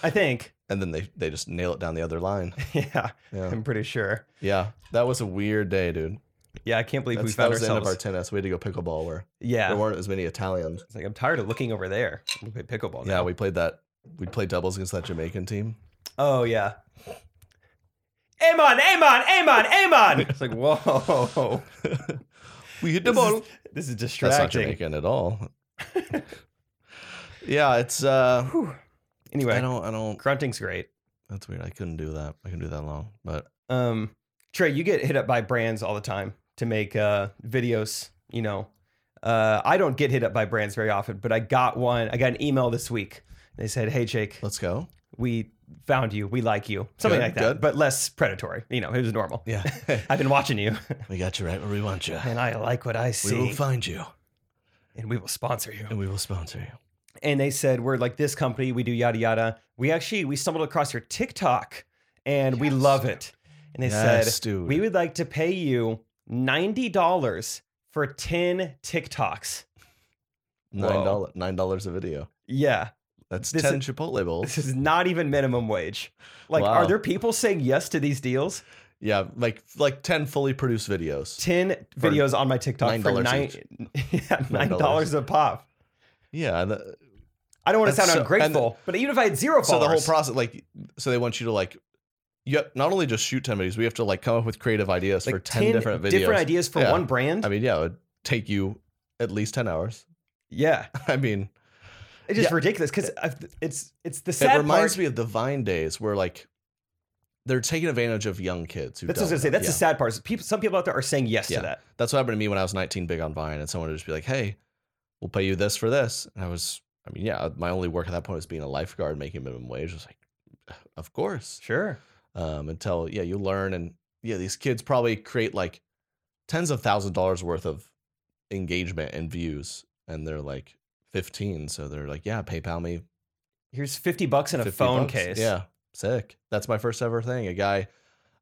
B: I think.
A: and then they they just nail it down the other line.
B: Yeah,
A: Yeah,
B: I'm pretty sure.
A: yeah. That was a weird day, dude.
B: Yeah, I can't believe we
A: That's, that
B: found
A: was the end of
B: ourselves.
A: our tennis. We had to go pickleball where
B: yeah,
A: there weren't as many Italians.
B: it's like I'm tired of looking over there. We play pickleball.
A: Yeah,
B: now.
A: we played that. We played doubles against that Jamaican team.
B: Oh yeah. Amon, Amon, Amon, Amon. It's like whoa.
A: We hit
B: This is- This is
A: That's not
B: distracting.
A: Jamaican at all. yeah, it's. uh
B: Whew.
A: I
B: Anyway,
A: don't. I don't.
B: grunting's great.
A: That's weird. I couldn't do that. I couldn't do that long. But
B: Um, Trey, you get hit up by brands all the time to make uh, videos. You know, uh, I don't get hit up by brands very often, but I got one. I got an email this week. They said, "Hey, Jake,
A: let's go.
B: we found you. We like you." Something
A: Good,
B: like that,
A: good.
B: but less predatory. You know, it was normal.
A: Yeah,
B: I've been watching you,
A: we got you right where we want you.
B: and I like what I
A: We will
B: see,
A: find you
B: and we will sponsor you.
A: and we will sponsor you.
B: and they said we're like this company we do yada yada we actually we stumbled across your tiktok and we love it and they
A: yes,
B: said
A: dude.
B: we would like to pay you $90 for 10 tiktoks
A: nine dollars. Nine dollars a video.
B: yeah
A: That's
B: This
A: ten Chipotle
B: this
A: bowls.
B: is not even minimum wage like are
A: Wow.
B: there people saying yes to these deals
A: Yeah, like like ten fully produced videos.
B: 10
A: For
B: videos on my tiktok for
A: $9
B: nine,
A: each.
B: yeah, $9,
A: $9.
B: a pop
A: Yeah. the-
B: i don't want to
A: That's
B: sound
A: so- and-
B: ungrateful but even if i had zero followers
A: so the whole process, like, so they want you to like, yep. Not only just shoot ten videos, we have to like come up with creative ideas
B: like
A: for ten, different videos.
B: different ideas for
A: Yeah.
B: one brand
A: I mean, yeah, it would take you at least ten hours.
B: yeah
A: I mean,
B: It's just
A: Yeah.
B: ridiculous because it's it's the sad
A: it reminds
B: part.
A: me of the Vine days where like they're taking advantage of young kids. Who
B: that's what I was
A: don't
B: gonna say.
A: know.
B: That's
A: yeah.
B: the sad part. is People, some people out there are saying yes
A: Yeah.
B: to that.
A: That's what happened to me when I was 19, big on Vine, and someone would just be like, "Hey, we'll pay you this for this." And I was, I mean, yeah, my only work at that point was being a lifeguard, making minimum wage. I was like, "Of course."
B: Sure.
A: Um, until yeah, you learn, and yeah, these kids probably create like tens of thousand dollars worth of engagement and views, and they're like 15, so they're like, "Yeah, PayPal me
B: Here's fifty bucks in a
A: 50
B: phone
A: bucks.
B: case.
A: Yeah, sick. That's my first ever thing. A guy,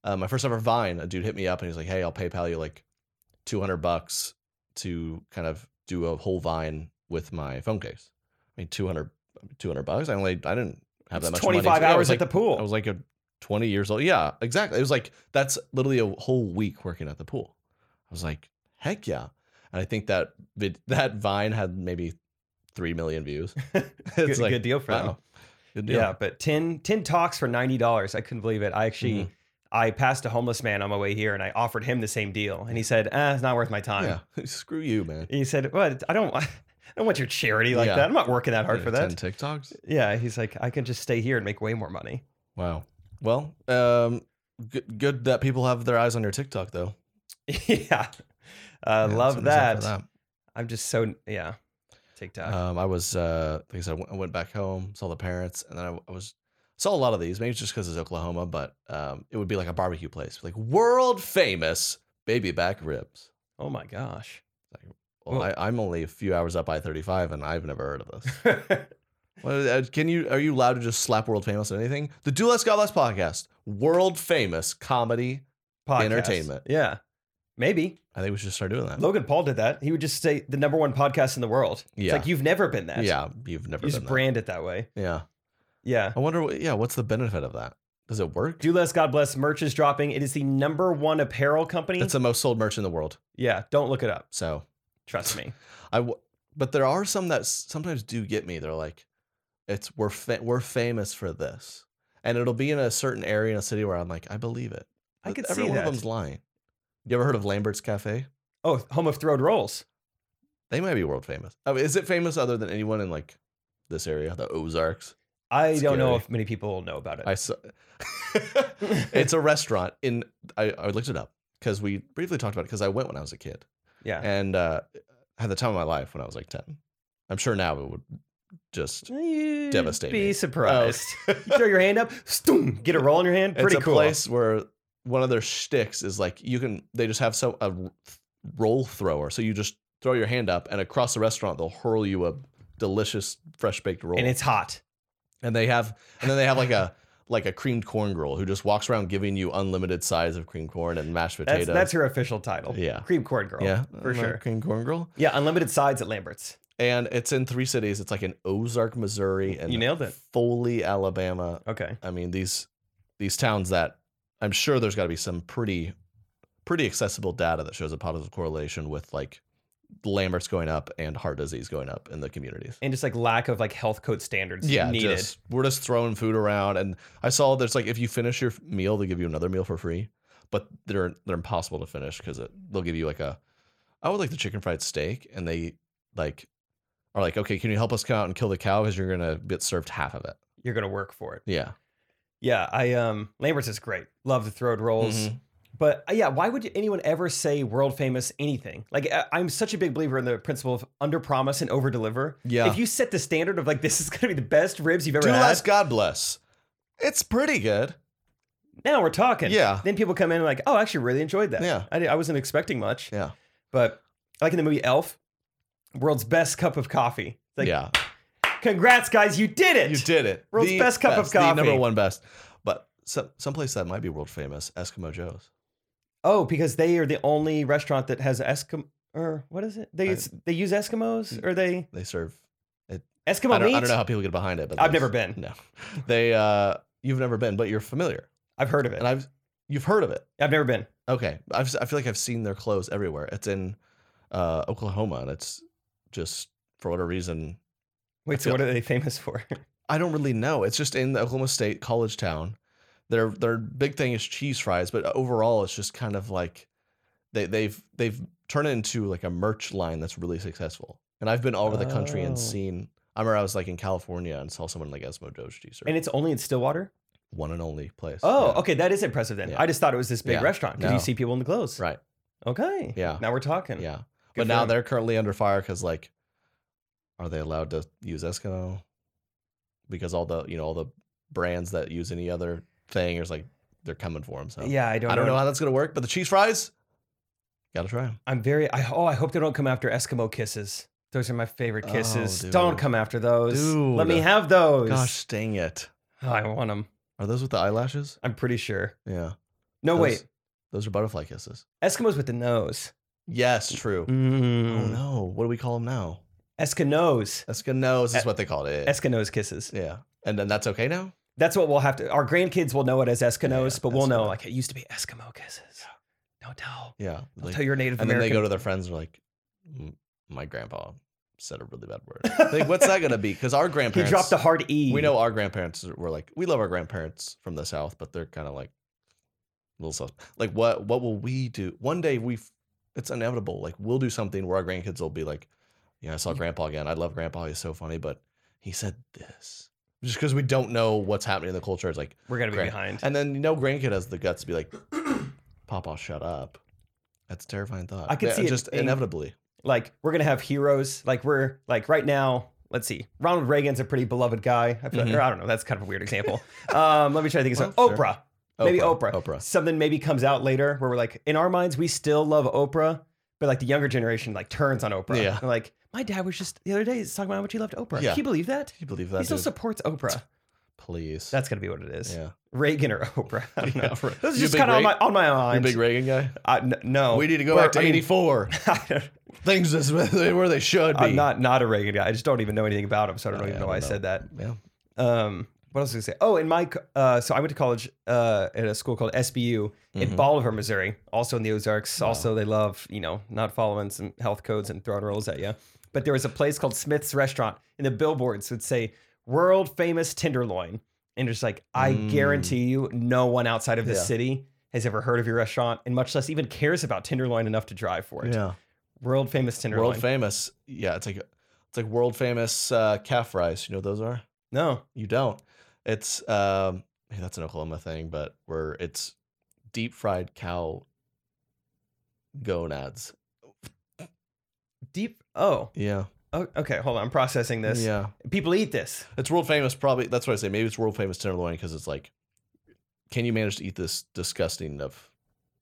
A: uh, my first ever Vine. A dude hit me up and he's like, "Hey, I'll PayPal you like two hundred bucks to kind of do a whole Vine with my phone case." I mean, 200, 200 bucks. I only I didn't have that much.
B: Twenty five
A: money. Yeah, I
B: hours
A: was
B: at the
A: like-
B: pool.
A: I was like a twenty years old. Yeah, exactly. It was like that's literally a whole week working at the pool. I was like, heck yeah. And I think that vid- that Vine had maybe three million views. it's
B: good, good deal for them.
A: wow, good
B: Yeah.
A: deal.
B: but 10, 10 talks for ninety dollars. I couldn't believe it. I actually.
A: Mm-hmm.
B: I passed a homeless man on my way here, and I offered him the same deal, and he said, eh, "It's not worth my time."
A: Yeah, screw you, man.
B: He said, "Well, I don't, I don't want your charity like
A: Yeah.
B: that. I'm not working that hard
A: Yeah,
B: for that."
A: Ten TikToks.
B: Yeah, he's like, "I can just stay here and make way more money."
A: Wow. Well, um, good, good that people have their eyes on your TikTok though.
B: yeah, I
A: Yeah, something's
B: love
A: up
B: that.
A: with
B: I'm just so yeah. TikTok.
A: Um, I was, uh, like I said, I went- I went back home, saw the parents, and then I, I was saw a lot of these. Maybe it's just because it's Oklahoma, but um, it would be like a barbecue place, like world famous baby back ribs.
B: oh my gosh.
A: Well,
B: Well-
A: I, I'm only a few hours up I 35, and I've never heard of this. Well, uh, can you? Are you allowed to just slap world famous on anything? The Do Less God Less podcast, world famous comedy.
B: Podcast.
A: Entertainment. Uh,
B: Yeah. Maybe.
A: I think we should just start doing that.
B: Logan Paul did that. He would just say the number one podcast in the world. It's
A: Yeah.
B: like you've never been that.
A: yeah, you've never
B: You
A: been
B: just brand it that way.
A: that. Yeah,
B: Yeah.
A: I wonder. What, yeah, what's the benefit of that? Does it work?
B: Do less, God bless. Merch is dropping. It is the number one apparel company.
A: That's the most sold merch in the world.
B: yeah. Don't look it up.
A: So
B: Trust me.
A: I. W- but there are some that s- sometimes do get me. They're like, it's we're fa- we're famous for this, and it'll be in a certain area in a city where I'm like, I believe it.
B: I
A: But
B: could
A: every
B: see
A: one
B: that.
A: of them's lying. You ever heard of Lambert's Cafe?
B: Oh, home of throwed rolls.
A: They might be world famous. I mean, is it famous other than anyone in like this area, the Ozarks?
B: I don't know
A: Scary.
B: if many people know about it.
A: I saw. it's a restaurant in. I, I looked it up because we briefly talked about it because I went when I was a kid
B: yeah.
A: and uh, had the time of my life when I was like ten. I'm sure now it would just
B: You'd
A: Devastating.
B: Be
A: Oh.
B: surprised. You throw your hand up, stoom, get a roll in your hand. Pretty
A: it's a
B: cool.
A: place where one of their shticks is like you can they just have so a r- roll thrower so you just throw your hand up and across the restaurant they'll hurl you a delicious fresh baked roll
B: And it's hot.
A: and they have and then they have like a like a creamed corn girl who just walks around giving you unlimited size of creamed corn and mashed
B: That's,
A: potatoes
B: that's her official title.
A: Yeah.
B: Cream corn girl.
A: yeah
B: For
A: uh,
B: sure.
A: creamed corn girl
B: Yeah. Unlimited sides at Lambert's.
A: and it's in three cities it's like in ozark missouri and
B: You nailed it.
A: foley alabama
B: Okay.
A: I mean these these towns that I'm sure there's got to be some pretty pretty accessible data that shows a positive correlation with like Lambert's going up and heart disease going up in the communities.
B: And just like lack of like health code standards
A: Yeah,
B: needed.
A: just we're just throwing food around, and I saw there's like if you finish your meal, they give you another meal for free, but they're they're impossible to finish because they'll give you like a I would like the chicken fried steak, and they like are like okay, can you help us come out and kill the cow because you're gonna get served half of it.
B: You're going to work for it.
A: Yeah,
B: Yeah. I, um, Lambert's is great. Love the throat rolls.
A: Mhm.
B: But uh, yeah, why would anyone ever say world famous anything? Like, I- I'm such a big believer in the principle of under promise and over deliver.
A: yeah.
B: If you set the standard of like, this is going to be the best ribs you've ever
A: Two
B: had.
A: less God bless. It's pretty good.
B: now we're talking.
A: Yeah.
B: Then people come in and like, oh, I actually really enjoyed that.
A: Yeah.
B: I, di- I wasn't expecting much.
A: Yeah.
B: But like in the movie Elf, world's best cup of coffee. It's like,
A: yeah.
B: congrats, guys, you did it.
A: You did it.
B: World's best cup of
A: The
B: coffee.
A: number one best. But some someplace that might be world famous, Eskimo Joe's.
B: Oh, because they are the only restaurant that has Eskimo. Or what is it? They
A: I-
B: they use Eskimos or they
A: They serve.
B: Eskimo
A: I, don't,
B: meat?
A: I don't know how people get behind it, but
B: I've
A: there's-
B: never been.
A: No, they. uh You've never been, but you're familiar,
B: I've heard of it.
A: and I've you've heard of it.
B: I've never been.
A: Okay, I've I feel like I've seen their clothes everywhere. It's in uh Oklahoma, and it's just for whatever reason
B: Wait, so
A: feel-
B: what are they famous for?
A: I don't really know. It's just in the Oklahoma State college town. Their their big thing is cheese fries, but overall it's just kind of like they they've they've turned it into like a merch line that's really successful. And I've been all over the country
B: Oh.
A: and seen I remember I was like in California and saw someone like Esmo Doge t-shirt.
B: and it's only in Stillwater?
A: one and only place.
B: Oh,
A: Yeah.
B: okay. That is impressive then.
A: Yeah.
B: I just thought it was this big
A: Yeah.
B: restaurant because
A: No.
B: you see people in the clothes.
A: Right.
B: Okay.
A: Yeah.
B: Now we're talking.
A: Yeah.
B: Good
A: but
B: for
A: now
B: them.
A: they're currently under fire because like are they allowed to use Eskimo? Because all the you know, all the brands that use any other thing is like they're coming for them. So
B: Yeah, I don't,
A: I don't know how that's gonna work, but the cheese fries, gotta try them.
B: I'm very. I, oh, I hope they don't come after Eskimo kisses. Those are my favorite
A: Oh,
B: kisses.
A: dude.
B: don't come after those. Let me
A: Dude.
B: have those.
A: Gosh dang it!
B: Oh, I want them.
A: Are those with the eyelashes?
B: I'm pretty sure.
A: Yeah.
B: No,
A: Those-
B: wait.
A: Those are butterfly kisses.
B: Eskimos with the nose.
A: Yes, true. Oh
B: Mm.
A: no! What do we call them now?
B: Eskimos.
A: Eskimos is
B: E-
A: what they called it.
B: Eskimos kisses.
A: yeah, and then that's okay now.
B: That's what we'll have to. Our grandkids will know it as Eskimos,
A: yeah,
B: but we'll know
A: Eskimo.
B: like it used to be Eskimo kisses. Don't tell.
A: Yeah.
B: Don't
A: like-
B: tell your Native
A: and then
B: American.
A: they go to their friends and are like, "M- "My grandpa said a really bad word." like, what's that gonna be? Because our
B: he
A: grandparents
B: dropped the hard E.
A: We know our grandparents were like, we love our grandparents from the South, but they're kind of like little South. Like, what what will we do? One day we, it's inevitable. Like, we'll do something where our grandkids will be like, yeah, I
B: Mm.
A: saw grandpa again. I love grandpa. He's so funny, but he said this. Just because we don't know what's happening in the culture, it's like,
B: We're gonna be
A: Grand-
B: behind.
A: and then no grandkid has the guts to be like, Papa, shut up. That's a terrifying thought.
B: I could
A: Yeah,
B: see it
A: just
B: being-
A: inevitably.
B: like we're gonna have heroes. Like we're like right now. Let's see. Ronald Reagan's a pretty beloved guy. I feel like,
A: Mhm.
B: or I don't know. That's kind of a weird example. um, let me try to think of
A: Well,
B: something.
A: sure.
B: Oprah. Maybe Oprah.
A: Oprah.
B: Something maybe comes out later where we're like, in our minds, we still love Oprah, but like the younger generation like turns on Oprah.
A: Yeah.
B: They're like, my dad was just the other day he's talking about how much he loved Oprah.
A: Yeah.
B: Can you believe that?
A: Can you believe
B: he
A: that?
B: still
A: dude?
B: supports Oprah.
A: Please.
B: That's gonna be what it is.
A: yeah.
B: Reagan or Oprah. I don't know.
A: Yeah, right.
B: This is
A: You
B: just
A: big
B: kind of on
A: Reagan-
B: my on my
A: You a
B: mind.
A: big Reagan guy?
B: I- n- no,
A: We need to go
B: Oh, We're-
A: back to
B: I mean,
A: 84.
B: I don't-
A: Things is where they should be.
B: I'm not not a Reagan guy. I just don't even know anything about him, so I don't
A: Oh,
B: even
A: yeah,
B: know
A: I
B: why I
A: don't
B: said that.
A: Yeah.
B: Um, what else was I gonna say? Oh, in my co- uh, so I went to college uh, at a school called SBU in
A: Mhm.
B: Bolivar, Missouri, also in the Ozarks.
A: Wow.
B: Also, they love you know not following some health codes and throwing rolls at you. But there was a place called Smith's Restaurant, and the billboards would say "World Famous Tenderloin," and it's like I
A: Mm.
B: guarantee you, no one outside of the
A: Yeah.
B: city has ever heard of your restaurant, and much less even cares about tenderloin enough to drive for it.
A: Yeah.
B: World famous tenderloin.
A: World famous. Yeah, it's like it's like world famous uh, calf fries. You know what those are?
B: no,
A: You don't. It's um hey, that's an Oklahoma thing, but where it's deep fried cow gonads.
B: deep. Oh,
A: Yeah.
B: Oh, okay, hold on. I'm processing this.
A: Yeah.
B: People eat this.
A: It's world famous, probably. That's what I say. Maybe it's world famous tenderloin because it's like, can you manage to eat this disgusting of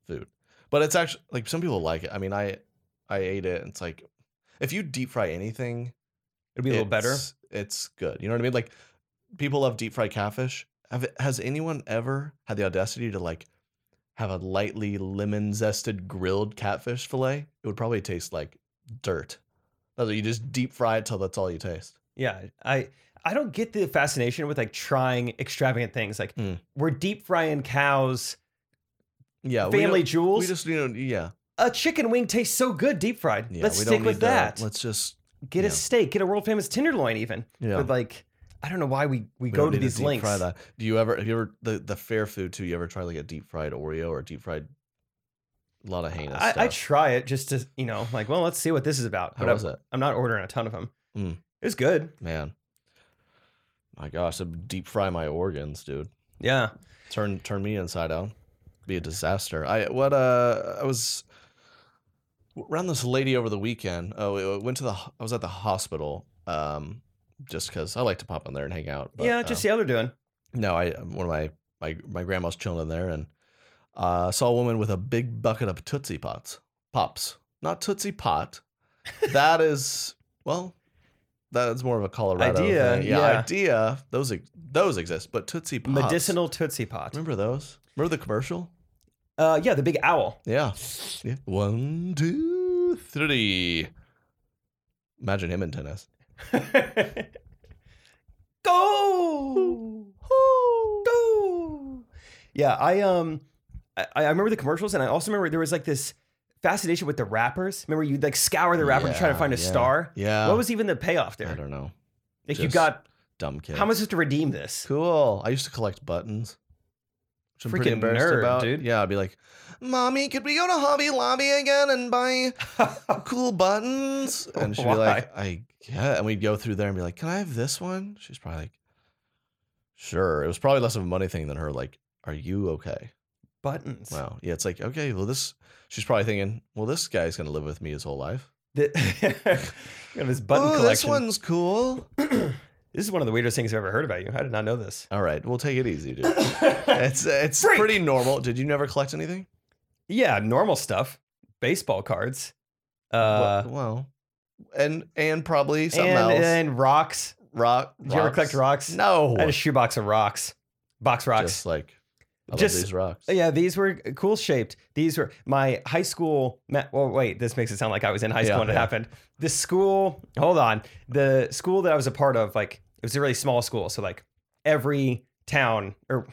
A: food? But it's actually like some people like it. I mean, I I ate it. And it's like if you deep fry anything,
B: It'd be a little better.
A: it's- It's good. You know what I mean? Like people love deep fried catfish. Have has anyone ever had the audacity to like have a lightly lemon zested grilled catfish fillet? It would probably taste like dirt. No, you just deep fry it till that's all you taste.
B: Yeah, I I don't get the fascination with like trying extravagant things. Like
A: Mm.
B: we're deep frying cows,
A: Yeah, Uh, we
B: family
A: don't-
B: jewels.
A: We just you know yeah.
B: a chicken wing tastes so good deep fried.
A: yeah
B: Let's
A: we
B: stick
A: don't
B: with
A: need
B: that.
A: The, let's just
B: get
A: yeah.
B: a steak. Get a world famous tenderloin even.
A: yeah.
B: But like I don't know why we we,
A: we
B: go
A: don't
B: to
A: need
B: these
A: deep
B: links.
A: Fry that. Do you ever have you ever the the fair food too? You ever try like a deep fried Oreo or deep fried? A lot of heinous
B: I,
A: stuff.
B: I try it just to you know like well let's see what this is about.
A: How
B: but
A: was
B: I'm,
A: it?
B: I'm not ordering a ton of them.
A: Mm.
B: It was good.
A: Man. My gosh, I'd deep fry my organs, dude.
B: Yeah.
A: Turn turn me inside out. Be a disaster. I what uh I was around this lady over the weekend. Oh, I went to the ho- I was at the hospital. Um just cuz I like to pop in there and hang out. but,
B: yeah.
A: uh,
B: Just see how they're doing.
A: no, I um, one of my my my grandma's chilling in there and uh, saw a woman with a big bucket of Tootsie Pots, pops, not Tootsie Pot. that is well, that's more of a Colorado
B: Idea,
A: thing. Yeah,
B: yeah.
A: idea. Those ex- those exist, but Tootsie Pops.
B: Medicinal Tootsie Pot.
A: Remember those? Remember the commercial?
B: Uh, yeah, the big owl.
A: Yeah. yeah. One, two, three. Imagine him in tennis.
B: go go yeah i um I, I remember the commercials and i also remember there was like this fascination with the rappers remember you'd like scour the rapper to try to
A: Yeah,
B: find a
A: yeah.
B: star
A: Yeah.
B: what was even the payoff
A: I
B: there
A: don't know.
B: like you
A: just-
B: got
A: Dumb kid.
B: how am i supposed to redeem this
A: Cool. I used to collect buttons. Which I'm pretty
B: Freaking
A: embarrassed
B: nerd,
A: about.
B: dude.
A: Yeah, I'd be like, Mommy, could we go to Hobby Lobby again and buy cool buttons? And she'd be like, I yeah. And we'd go through there and be like, Can I have this one? She's probably like, Sure. It was probably less of a money thing than her, like, Are you okay?
B: buttons
A: Wow. Yeah, it's like, okay, well, this she's probably thinking, Well, this guy's gonna live with me his whole life.
B: The- you know, this button
A: oh, this
B: collection
A: one's cool.
B: this is one of the weirdest things i've ever heard about you i did not know this
A: All right, we'll take it easy, dude. it's it's
B: Freak.
A: pretty normal. Did you never collect anything?
B: yeah normal stuff baseball cards uh
A: Well- well, and and probably something
B: and,
A: else.
B: and rocks
A: Rock.
B: Did you ever collect rocks?
A: No.
B: I had a shoebox of rocks, box
A: Just
B: rocks.
A: like I
B: Just-
A: love these rocks.
B: yeah, these were cool shaped. These were my high school. Ma- well, wait, this makes it sound like I was in high school
A: Yeah,
B: when it
A: yeah.
B: happened. The school. Hold on. The school that I was a part of, like, it was a really small school. So like every town or.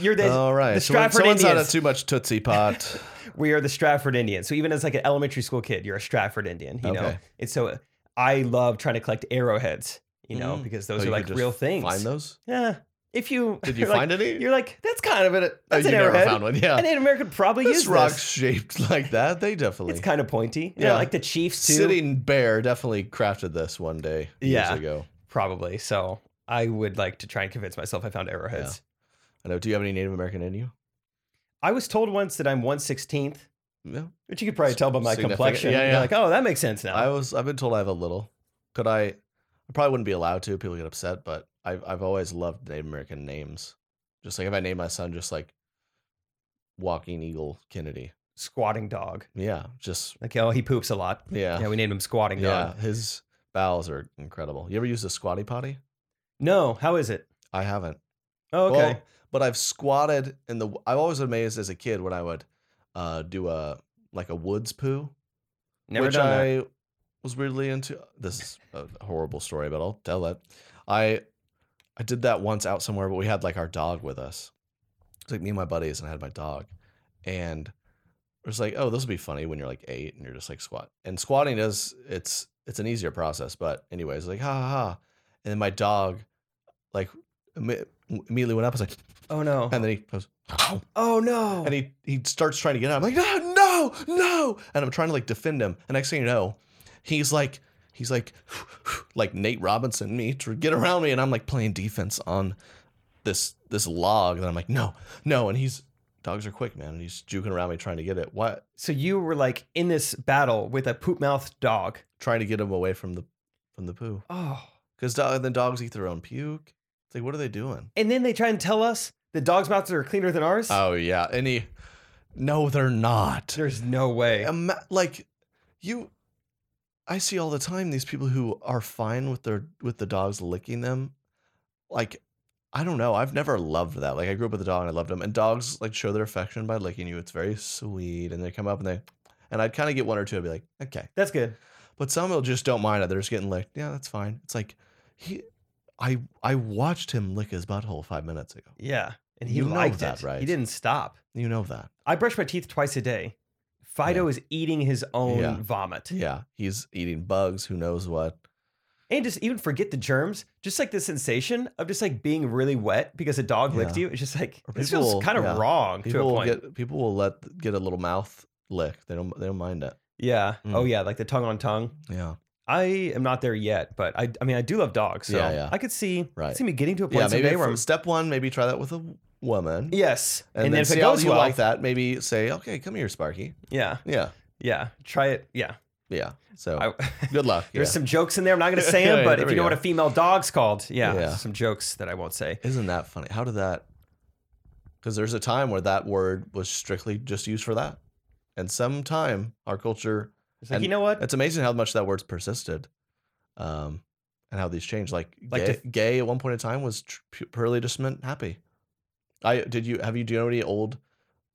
B: You're the,
A: All right.
B: the
A: so when
B: Stratford
A: someone's out
B: Indians.
A: of too much Tootsie Pot.
B: we are the Stratford Indians. So even as like an elementary school kid, you're a Stratford Indian, you know?
A: Okay.
B: And so I love trying to collect arrowheads, you know,
A: Mm.
B: because
A: Oh,
B: those
A: you
B: are like
A: could just
B: real things.
A: Find those?
B: Yeah. If you
A: Did you
B: like,
A: find any?
B: You're like, that's kind of an that's
A: oh,
B: an
A: you never
B: arrowhead.
A: found one. Yeah.
B: A Native American probably
A: This
B: used
A: rock's
B: this.
A: shaped like that. They definitely.
B: It's kind of pointy. Yeah,
A: Yeah.
B: like the Chiefs too,
A: Sitting Bear definitely crafted this one day years
B: Yeah.
A: ago.
B: probably. So I would like to try and convince myself I found arrowheads.
A: I know. Do you have any Native American in you?
B: I was told once that I'm one sixteenth,
A: No.
B: which you could probably tell by my
A: Significant-
B: complexion.
A: yeah,
B: You're
A: yeah.
B: like, oh, that makes sense now.
A: I was. I've been told I have a little. Could I? I probably wouldn't be allowed to. People get upset, but I've I've always loved Native American names. Just like if I named my son just like Walking Eagle Kennedy.
B: squatting dog.
A: Yeah, just
B: Like, oh, he poops a lot.
A: yeah,
B: Yeah, we named him Squatting
A: yeah.
B: Dog.
A: His bowels are incredible. You ever used a squatty potty?
B: No, how is it?
A: I haven't.
B: Oh, okay.
A: Well, but I've squatted in the. I was amazed as a kid when I would uh, do a like a woods poo.
B: Never
A: which
B: done
A: I
B: that.
A: was weirdly into. This is a horrible story, but I'll tell it. I I did that once out somewhere, but we had like our dog with us. It's like me and my buddies, and I had my dog, and it was like, oh, this will be funny when you're like eight and you're just like squat. And squatting is it's it's an easier process, but anyways, like ha ha ha, and then my dog like imme- immediately went up, I was like,
B: Oh no.
A: and then he goes.
B: oh no.
A: And he he starts trying to get out. I'm like, no, no, no. And I'm trying to like defend him. And next thing you know, he's like, he's like, like Nate Robinson me to get around me. And I'm like playing defense on this this log. And I'm like, no, no. And he's dogs are quick, man. And he's juking around me trying to get it. What?
B: so you were like in this battle with a poop mouthed dog.
A: trying to get them away from the from the poo.
B: Oh.
A: Because dog, then dogs eat their own puke. It's like, what are they doing?
B: And then they try and tell us the dogs' mouths are cleaner than ours.
A: Oh yeah, any? No, they're not.
B: There's no way.
A: Ima- like you, I see all the time these people who are fine with their with the dogs licking them. Like, I don't know. I've never loved that. Like, I grew up with a dog and I loved them. And dogs like show their affection by licking you. It's very sweet. And they come up and they, and I'd kind of get one or two. I'd be like, okay.
B: That's good.
A: But some will just don't mind it. They're just getting licked. Yeah, that's fine. It's like he, I I watched him lick his butthole five minutes ago.
B: Yeah. And he
A: You know
B: liked
A: that,
B: it.
A: right?
B: He didn't stop.
A: You know that.
B: I brush my teeth twice a day. Fido is eating his own
A: Yeah.
B: vomit.
A: Yeah, he's eating bugs. Who knows what?
B: And just even forget the germs. Just like the sensation of just like being really wet because a dog licked
A: Yeah.
B: you. It's just like
A: Or
B: this
A: people
B: feels
A: will-
B: kind of
A: yeah.
B: wrong
A: People
B: to a
A: will
B: point.
A: get people will let get a little mouth lick. They don't they don't mind it.
B: yeah. Oh
A: Mm.
B: yeah, like the tongue on tongue.
A: Yeah,
B: I am not there yet, but I I mean I do love dogs. So
A: Yeah, yeah.
B: I could see I could
A: Right.
B: see me getting to a point
A: yeah. Maybe
B: someday where
A: for
B: I'm
A: step one, maybe try that with a woman.
B: Yes.
A: and, then,
B: if
A: see
B: it
A: how
B: goes
A: you
B: well,
A: like that, maybe say, okay, come here, Sparky.
B: yeah,
A: Yeah,
B: yeah. Try it. Yeah.
A: yeah. So
B: I,
A: good luck.
B: There's
A: Oh, yeah.
B: some jokes in there. I'm not going to say
A: Yeah,
B: them, but
A: there
B: if
A: we
B: you know
A: go.
B: what a female dog's called, yeah,
A: Yeah.
B: some jokes that I won't say.
A: Isn't that funny? How did that? Because there's a time where that word was strictly just used for that, and sometime our culture.
B: It's like,
A: And
B: you know what?
A: It's amazing how much that word's persisted, um, and how these changed. Like,
B: Like
A: gay,
B: to-
A: gay at one point in time was tr- pu- purely just meant happy. I did you have you do you know any old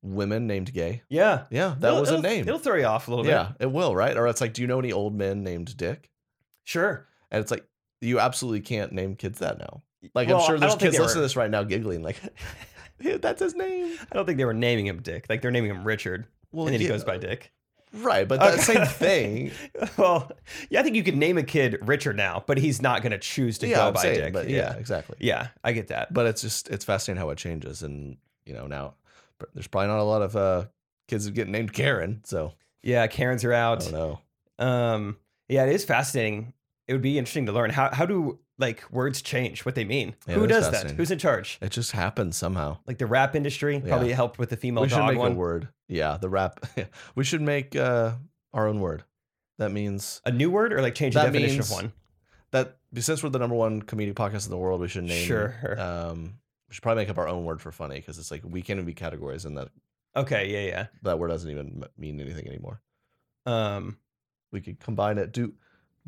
A: women named gay?
B: Yeah.
A: Yeah, that
B: It'll-
A: was a
B: it'll-
A: name.
B: It'll throw you off a little bit.
A: yeah, it will right. Or it's like, do you know any old men named Dick?
B: Sure.
A: And it's like you absolutely can't name kids that now. Like
B: Well,
A: I'm
B: I
A: sure there's
B: don't think
A: kids
B: they
A: listening
B: were-
A: to this right now giggling like "Dude, that's his name.
B: I don't think they were naming him Dick. Like they're naming him Richard,
A: Well,
B: and then
A: yeah,
B: he goes by Dick.
A: right, but that same
B: Okay.
A: thing.
B: well, yeah, I think you could name a kid Richard now, but he's not going to choose to
A: yeah,
B: go
A: I'm
B: by
A: saying,
B: Dick.
A: but yeah, exactly.
B: Yeah, I get that.
A: but it's just it's fascinating how it changes and you know now pr- there's probably not a lot of uh kids getting named karen so
B: Yeah, Karens are
A: i
B: out.
A: don't know
B: Um, yeah, it is fascinating. It would be interesting to learn how how do like words change, what they mean.
A: Yeah,
B: Who
A: that is
B: does that?
A: fascinating.
B: Who's in charge?
A: it just happens somehow
B: Like the rap industry
A: Yeah.
B: probably helped with the female
A: we should
B: dog
A: make a
B: one.
A: word yeah the rap we should make uh our own word that means
B: A new word or like change the
A: That
B: definition
A: means
B: of one?
A: that since we're the number one comedic podcast in the world we should name
B: Sure.
A: um we should probably make up our own word for funny because it's like we can't even be categories and that
B: Okay, yeah,
A: that word doesn't even m- mean anything anymore
B: yeah. Um
A: we could combine it do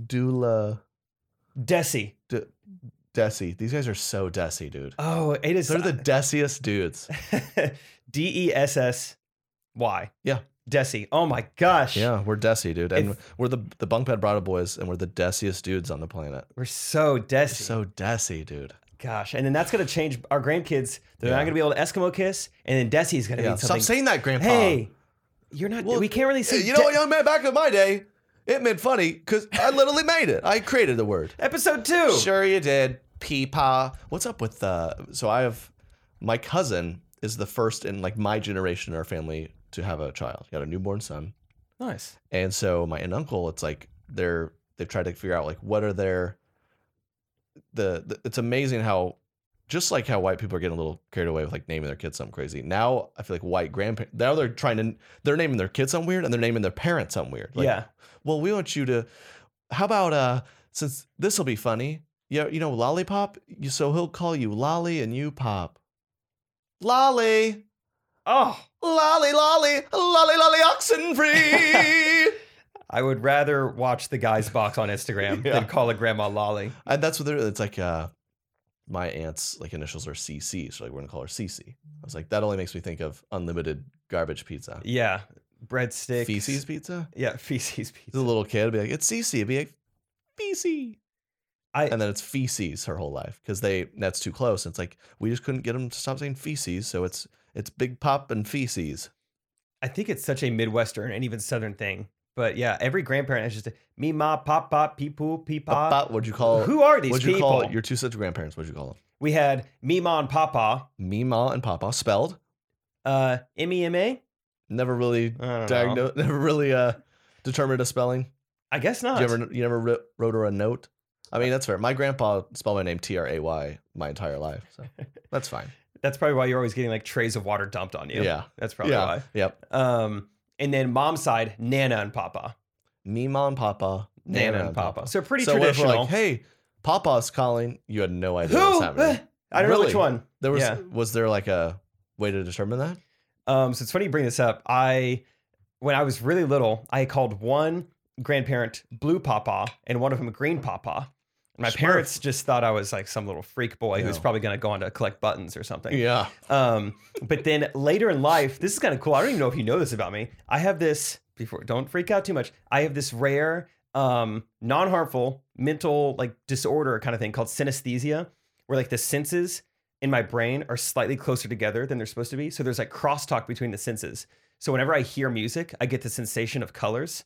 A: doula
B: Desi.
A: de, desi these guys are so desi dude
B: Oh, it is
A: They're the dessiest dudes.
B: D E S S Y.
A: Yeah.
B: Desi. Oh my gosh.
A: Yeah, we're desi, dude, and
B: If-
A: we're the the bunk bed brought boys, and we're the dessiest dudes on the planet.
B: We're so
A: We're
B: desi.
A: so desi, dude.
B: gosh. And then that's gonna change our grandkids. They're
A: Yeah.
B: not gonna be able to Eskimo kiss, and then Desi's gonna
A: Yeah,
B: be
A: stop
B: something.
A: saying that, Grandpa.
B: hey, you're not
A: Um, Well,
B: we can't really
A: Hey,
B: say
A: you know
B: de-
A: what, young man? Back in my day, it meant funny because I literally made it. I created the word.
B: episode two.
A: Sure, you did, peepaw. What's up with uh? So I have my cousin is the first in like my generation in our family to have a child. He had a newborn son.
B: Nice.
A: And so my aunt and uncle, it's like they're they've tried to figure out like what are their the, the it's amazing how just like how white people are getting a little carried away with like naming their kids something crazy. Now I feel like white grandparents now they're trying to they're naming their kids something weird and they're naming their parents something weird. Like,
B: yeah.
A: Well, we want you to how about uh since this will be funny. Yeah, you know lollipop. You so he'll call you lolly and you pop. Lolly,
B: Oh.
A: lolly, lolly, lolly, lolly, oxen free.
B: I would rather watch the guy's box on Instagram
A: Yeah.
B: than call a grandma lolly.
A: And that's what they're. It's like uh, my aunt's like initials are CC, so like we're gonna call her CC. I was like, that only makes me think of unlimited garbage pizza,
B: Yeah. Breadsticks.
A: feces pizza.
B: Yeah, feces pizza.
A: The little kid would be like, it's CC. It'd be like feces,
B: I-
A: and then it's feces her whole life because they that's too close. It's like we just couldn't get them to stop saying feces, so it's it's Big Pop and feces.
B: I think it's such a Midwestern and even Southern thing. But yeah, every grandparent has just a, me, ma, pop, pop, pee, poo, pee,
A: Pop,
B: pop.
A: what'd you call?
B: Who are these
A: What'd
B: people?
A: you call your two sets of grandparents? What'd you call them?
B: we had me, ma, and papa.
A: Me, Ma, and Papa. Spelled.
B: Uh, M-E-M-A?
A: Never really
B: I don't know.
A: diagnosed. Never really uh determined a spelling.
B: I guess not.
A: You ever you never writ- wrote her a note? I mean, that's fair. My grandpa spelled my name T R A Y my entire life, so that's fine.
B: That's probably why you're always getting like trays of water dumped on you.
A: Yeah,
B: That's probably
A: yeah,
B: why.
A: yep.
B: Um, and then mom's side, Nana and Papa.
A: Me, mom, papa,
B: Nana, and Papa. So pretty
A: so what if we're
B: traditional.
A: like, hey, Papa's calling. You had no idea what was
B: Who?
A: happening.
B: Eh, I don't know
A: Really?
B: which one.
A: There was
B: Yeah.
A: was there like a way to determine that?
B: Um, so it's funny you bring this up. I, when I was really little, I called one grandparent Blue Papa and one of them Green Papa. And my
A: Smurf.
B: parents just thought I was like some little freak boy who's
A: Yeah.
B: probably going to go on to collect buttons or something.
A: Yeah.
B: Um, but then later in life, this is kind of cool. I don't even know if you know this about me. I have this before. Don't freak out too much. I have this rare, um, non-harmful mental like disorder kind of thing called synesthesia, where like the senses in my brain are slightly closer together than they're supposed to be. So there's like crosstalk between the senses. So whenever I hear music, I get the sensation of colors.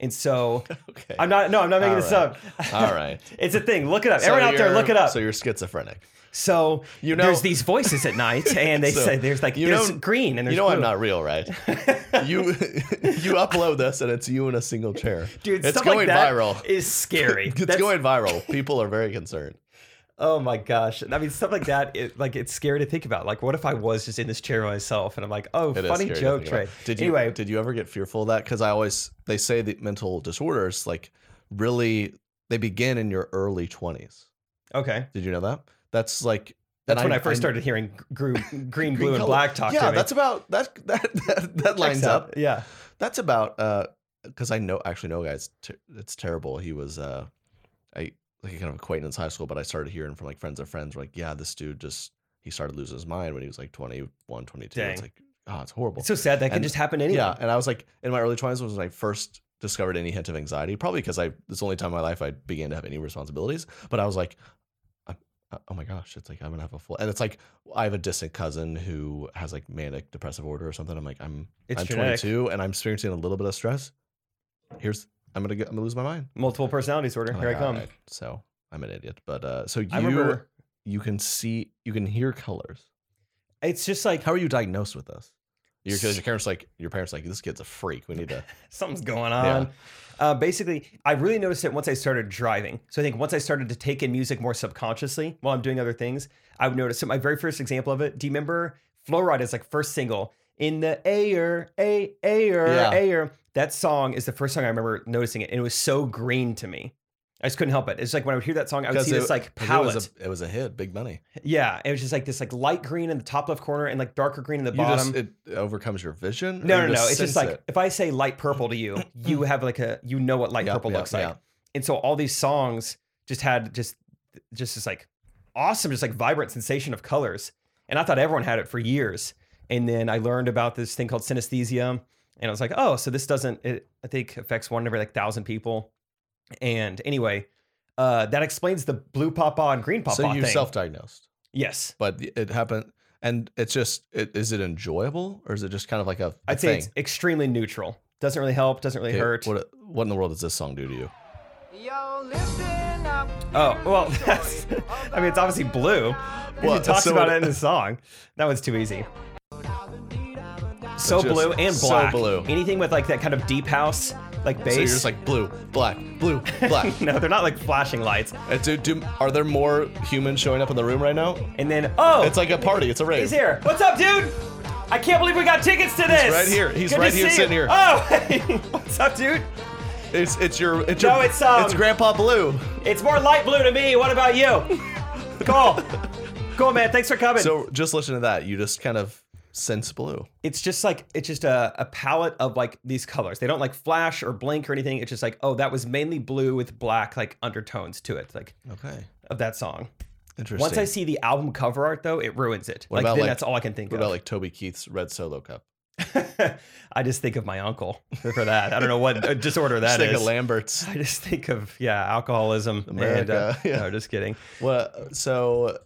B: And so
A: Okay.
B: I'm not. No, I'm not making
A: All
B: this
A: right.
B: up.
A: All right.
B: it's a thing. Look it up.
A: So
B: Everyone out there,
A: you're-
B: look it up.
A: So you're schizophrenic.
B: So
A: You know-
B: there's these voices at night, and they
A: So,
B: say there's like
A: you
B: there's
A: know-
B: green and there's
A: you know I'm
B: blue.
A: not real, right? you you upload this and it's you in a single chair.
B: Dude,
A: it's
B: stuff
A: going
B: like that
A: viral.
B: is scary.
A: It's
B: That's-
A: going viral. People are very concerned.
B: Oh my gosh! I mean, stuff like that. It, like it's scary to think about. Like, what if I was just in this chair by myself, and I'm like, oh,
A: It is
B: funny
A: scary to
B: joke,
A: think about.
B: Trey.
A: Did you
B: Anyway,
A: did you ever get fearful of that? Because I always they say that mental disorders like really they begin in your early twenties.
B: okay,
A: Did you know that? That's like
B: that's
A: and
B: when I, first started hearing gr- green, green, blue, and
A: color.
B: black talk.
A: Yeah,
B: to me.
A: that's about that that that, that lines
B: Checks out.
A: up.
B: Yeah.
A: That's about uh because I know actually know guys t- it's terrible. He was uh I like a kind of acquaintance in high school, but I started hearing from like friends of friends were like, yeah, this dude just he started losing his mind when he was like 21, 22. It's
B: Dang.
A: like oh, it's horrible.
B: It's so sad that can
A: And-
B: just happen to anyone.
A: Yeah, and I was like in my early twenties was when I first discovered any hint of anxiety. Probably because I it's the only time in my life I began to have any responsibilities. But I was like, I'm, oh my gosh, it's like I'm gonna have a full. And it's like I have a distant cousin who has like manic depressive order or something. I'm like I'm
B: It's
A: I'm
B: genetic.
A: 22 and I'm experiencing a little bit of stress. Here's I'm gonna get, I'm gonna lose my mind.
B: Multiple personality disorder.
A: I'm
B: Here
A: like,
B: I
A: "All
B: come.
A: right." So I'm an idiot, but uh, so Oh you
B: I remember.
A: you can see you can hear colors.
B: It's just like
A: How are you diagnosed with this? Your, 'cause your parents like your parents like this kid's a freak. We need to
B: something's going on. Uh, basically, I really noticed it once I started driving. So I think once I started to take in music more subconsciously while I'm doing other things, I've noticed it. My very first example of it, do you remember Flowrider's like first single? In the air, a air,
A: Yeah.
B: air. That song is the first song I remember noticing it. And it was so green to me. I just couldn't help it. It's like when I would hear that song, I would
A: Because
B: see this like
A: 'cause it was
B: palette.
A: a- It was a hit, big money.
B: yeah. It was just like this like light green in the top left corner and like darker green in the
A: You
B: bottom.
A: just it overcomes your vision. or
B: No,
A: you
B: no, no. It's just
A: sense
B: like
A: it?
B: if I say light purple to you,
A: Mm-hmm.
B: you have like a you know what light
A: Yeah,
B: purple
A: yeah,
B: looks like.
A: yeah.
B: And so all these songs just had just just this like awesome, just like vibrant sensation of colors. And I thought everyone had it for years. And then I learned about this thing called synesthesia. And I was like, oh, so this doesn't it I think affects one in every like thousand people. And anyway, uh that explains the blue papa and green papa
A: so you
B: thing.
A: self-diagnosed,
B: yes.
A: but it happened, and it's just it, is it enjoyable or is it just kind of like a? a
B: I'd say
A: thing?
B: it's extremely neutral. Doesn't really help, doesn't really
A: Okay,
B: hurt.
A: What what in the world does this song do to you?
C: Yo, listen up.
B: Oh, well, that's, I mean, it's obviously blue.
A: Well,
B: he talks
A: so
B: about
A: it-
B: it in the song. That was too easy. So
A: Just
B: blue and
A: so
B: black.
A: blue.
B: Anything with like that kind of deep house, like bass.
A: So you're just like blue, black, blue, black.
B: no, they're not like flashing lights.
A: Uh, do, do, are there more humans showing up in the room right now?
B: And then, oh,
A: It's like a party. It's a rave.
B: he's here. What's up, dude? I can't believe we got tickets to this.
A: right here. He's
B: Good to
A: right here,
B: see
A: sitting
B: you.
A: here.
B: Oh, what's up, dude?
A: It's it's your it's
B: No,
A: your,
B: it's, um,
A: it's Grandpa Blue.
B: It's more light blue to me. What about you? Cool. cool, man. Thanks for coming.
A: So just listen to that. You just kind of sense blue.
B: it's just like it's just a, a palette of like these colors. They don't like flash or blink or anything. It's just like, oh, that was mainly blue with black like undertones to it, like
A: Okay,
B: of that song.
A: Oh. interesting.
B: Once I see the album cover art though, it ruins it. like
A: about,
B: then
A: like-
B: that's all I can think
A: What
B: of.
A: about like Toby Keith's Red Solo Cup?
B: I just think of my uncle for that. I don't know what uh, disorder that
A: Think
B: is.
A: of Lambert's.
B: I just think of yeah, alcoholism. And, uh,
A: America, yeah.
B: No, just kidding.
A: Well, so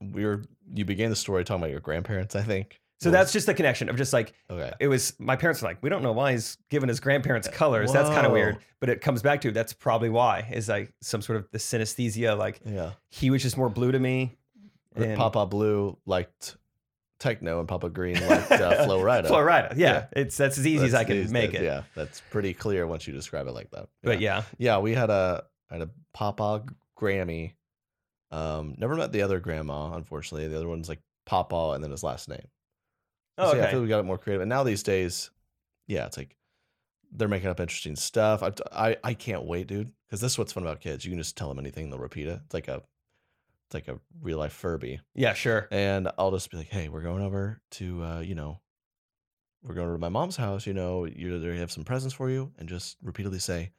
A: we were you began the story talking about your grandparents, I think.
B: So
A: Was-
B: that's just the connection of just like
A: okay.
B: it was my parents were like, we don't know why he's giving his grandparents colors. That's kind of
A: Uh, Whoa.
B: weird. But it comes back to that's probably why is like some sort of the synesthesia. Like
A: Yeah.
B: he was just more blue to me.
A: But
B: and-
A: Papa Blue liked techno and Papa Green liked uh, Flow Rida.
B: Florida. Yeah,
A: Yeah.
B: It's that's as easy as I
A: That's-
B: can
A: that's-
B: make it.
A: Yeah, that's pretty clear once you describe it like that.
B: But yeah.
A: Yeah, we had a I had a Papa Grammy. Um, never met the other grandma, unfortunately. The other one's like Papa and then his last name.
B: Oh,
A: So, yeah, I
B: okay.
A: feel we got it more creative. And now these days, yeah, it's like they're making up interesting stuff. I I, I can't wait, dude, because this is what's fun about kids. You can just tell them anything, they'll repeat it. It's like a it's like a real life Furby.
B: Yeah, sure.
A: And I'll just be like, hey, we're going over to uh, you know, we're going over to my mom's house, you know, you they have some presents for you, and just repeatedly say,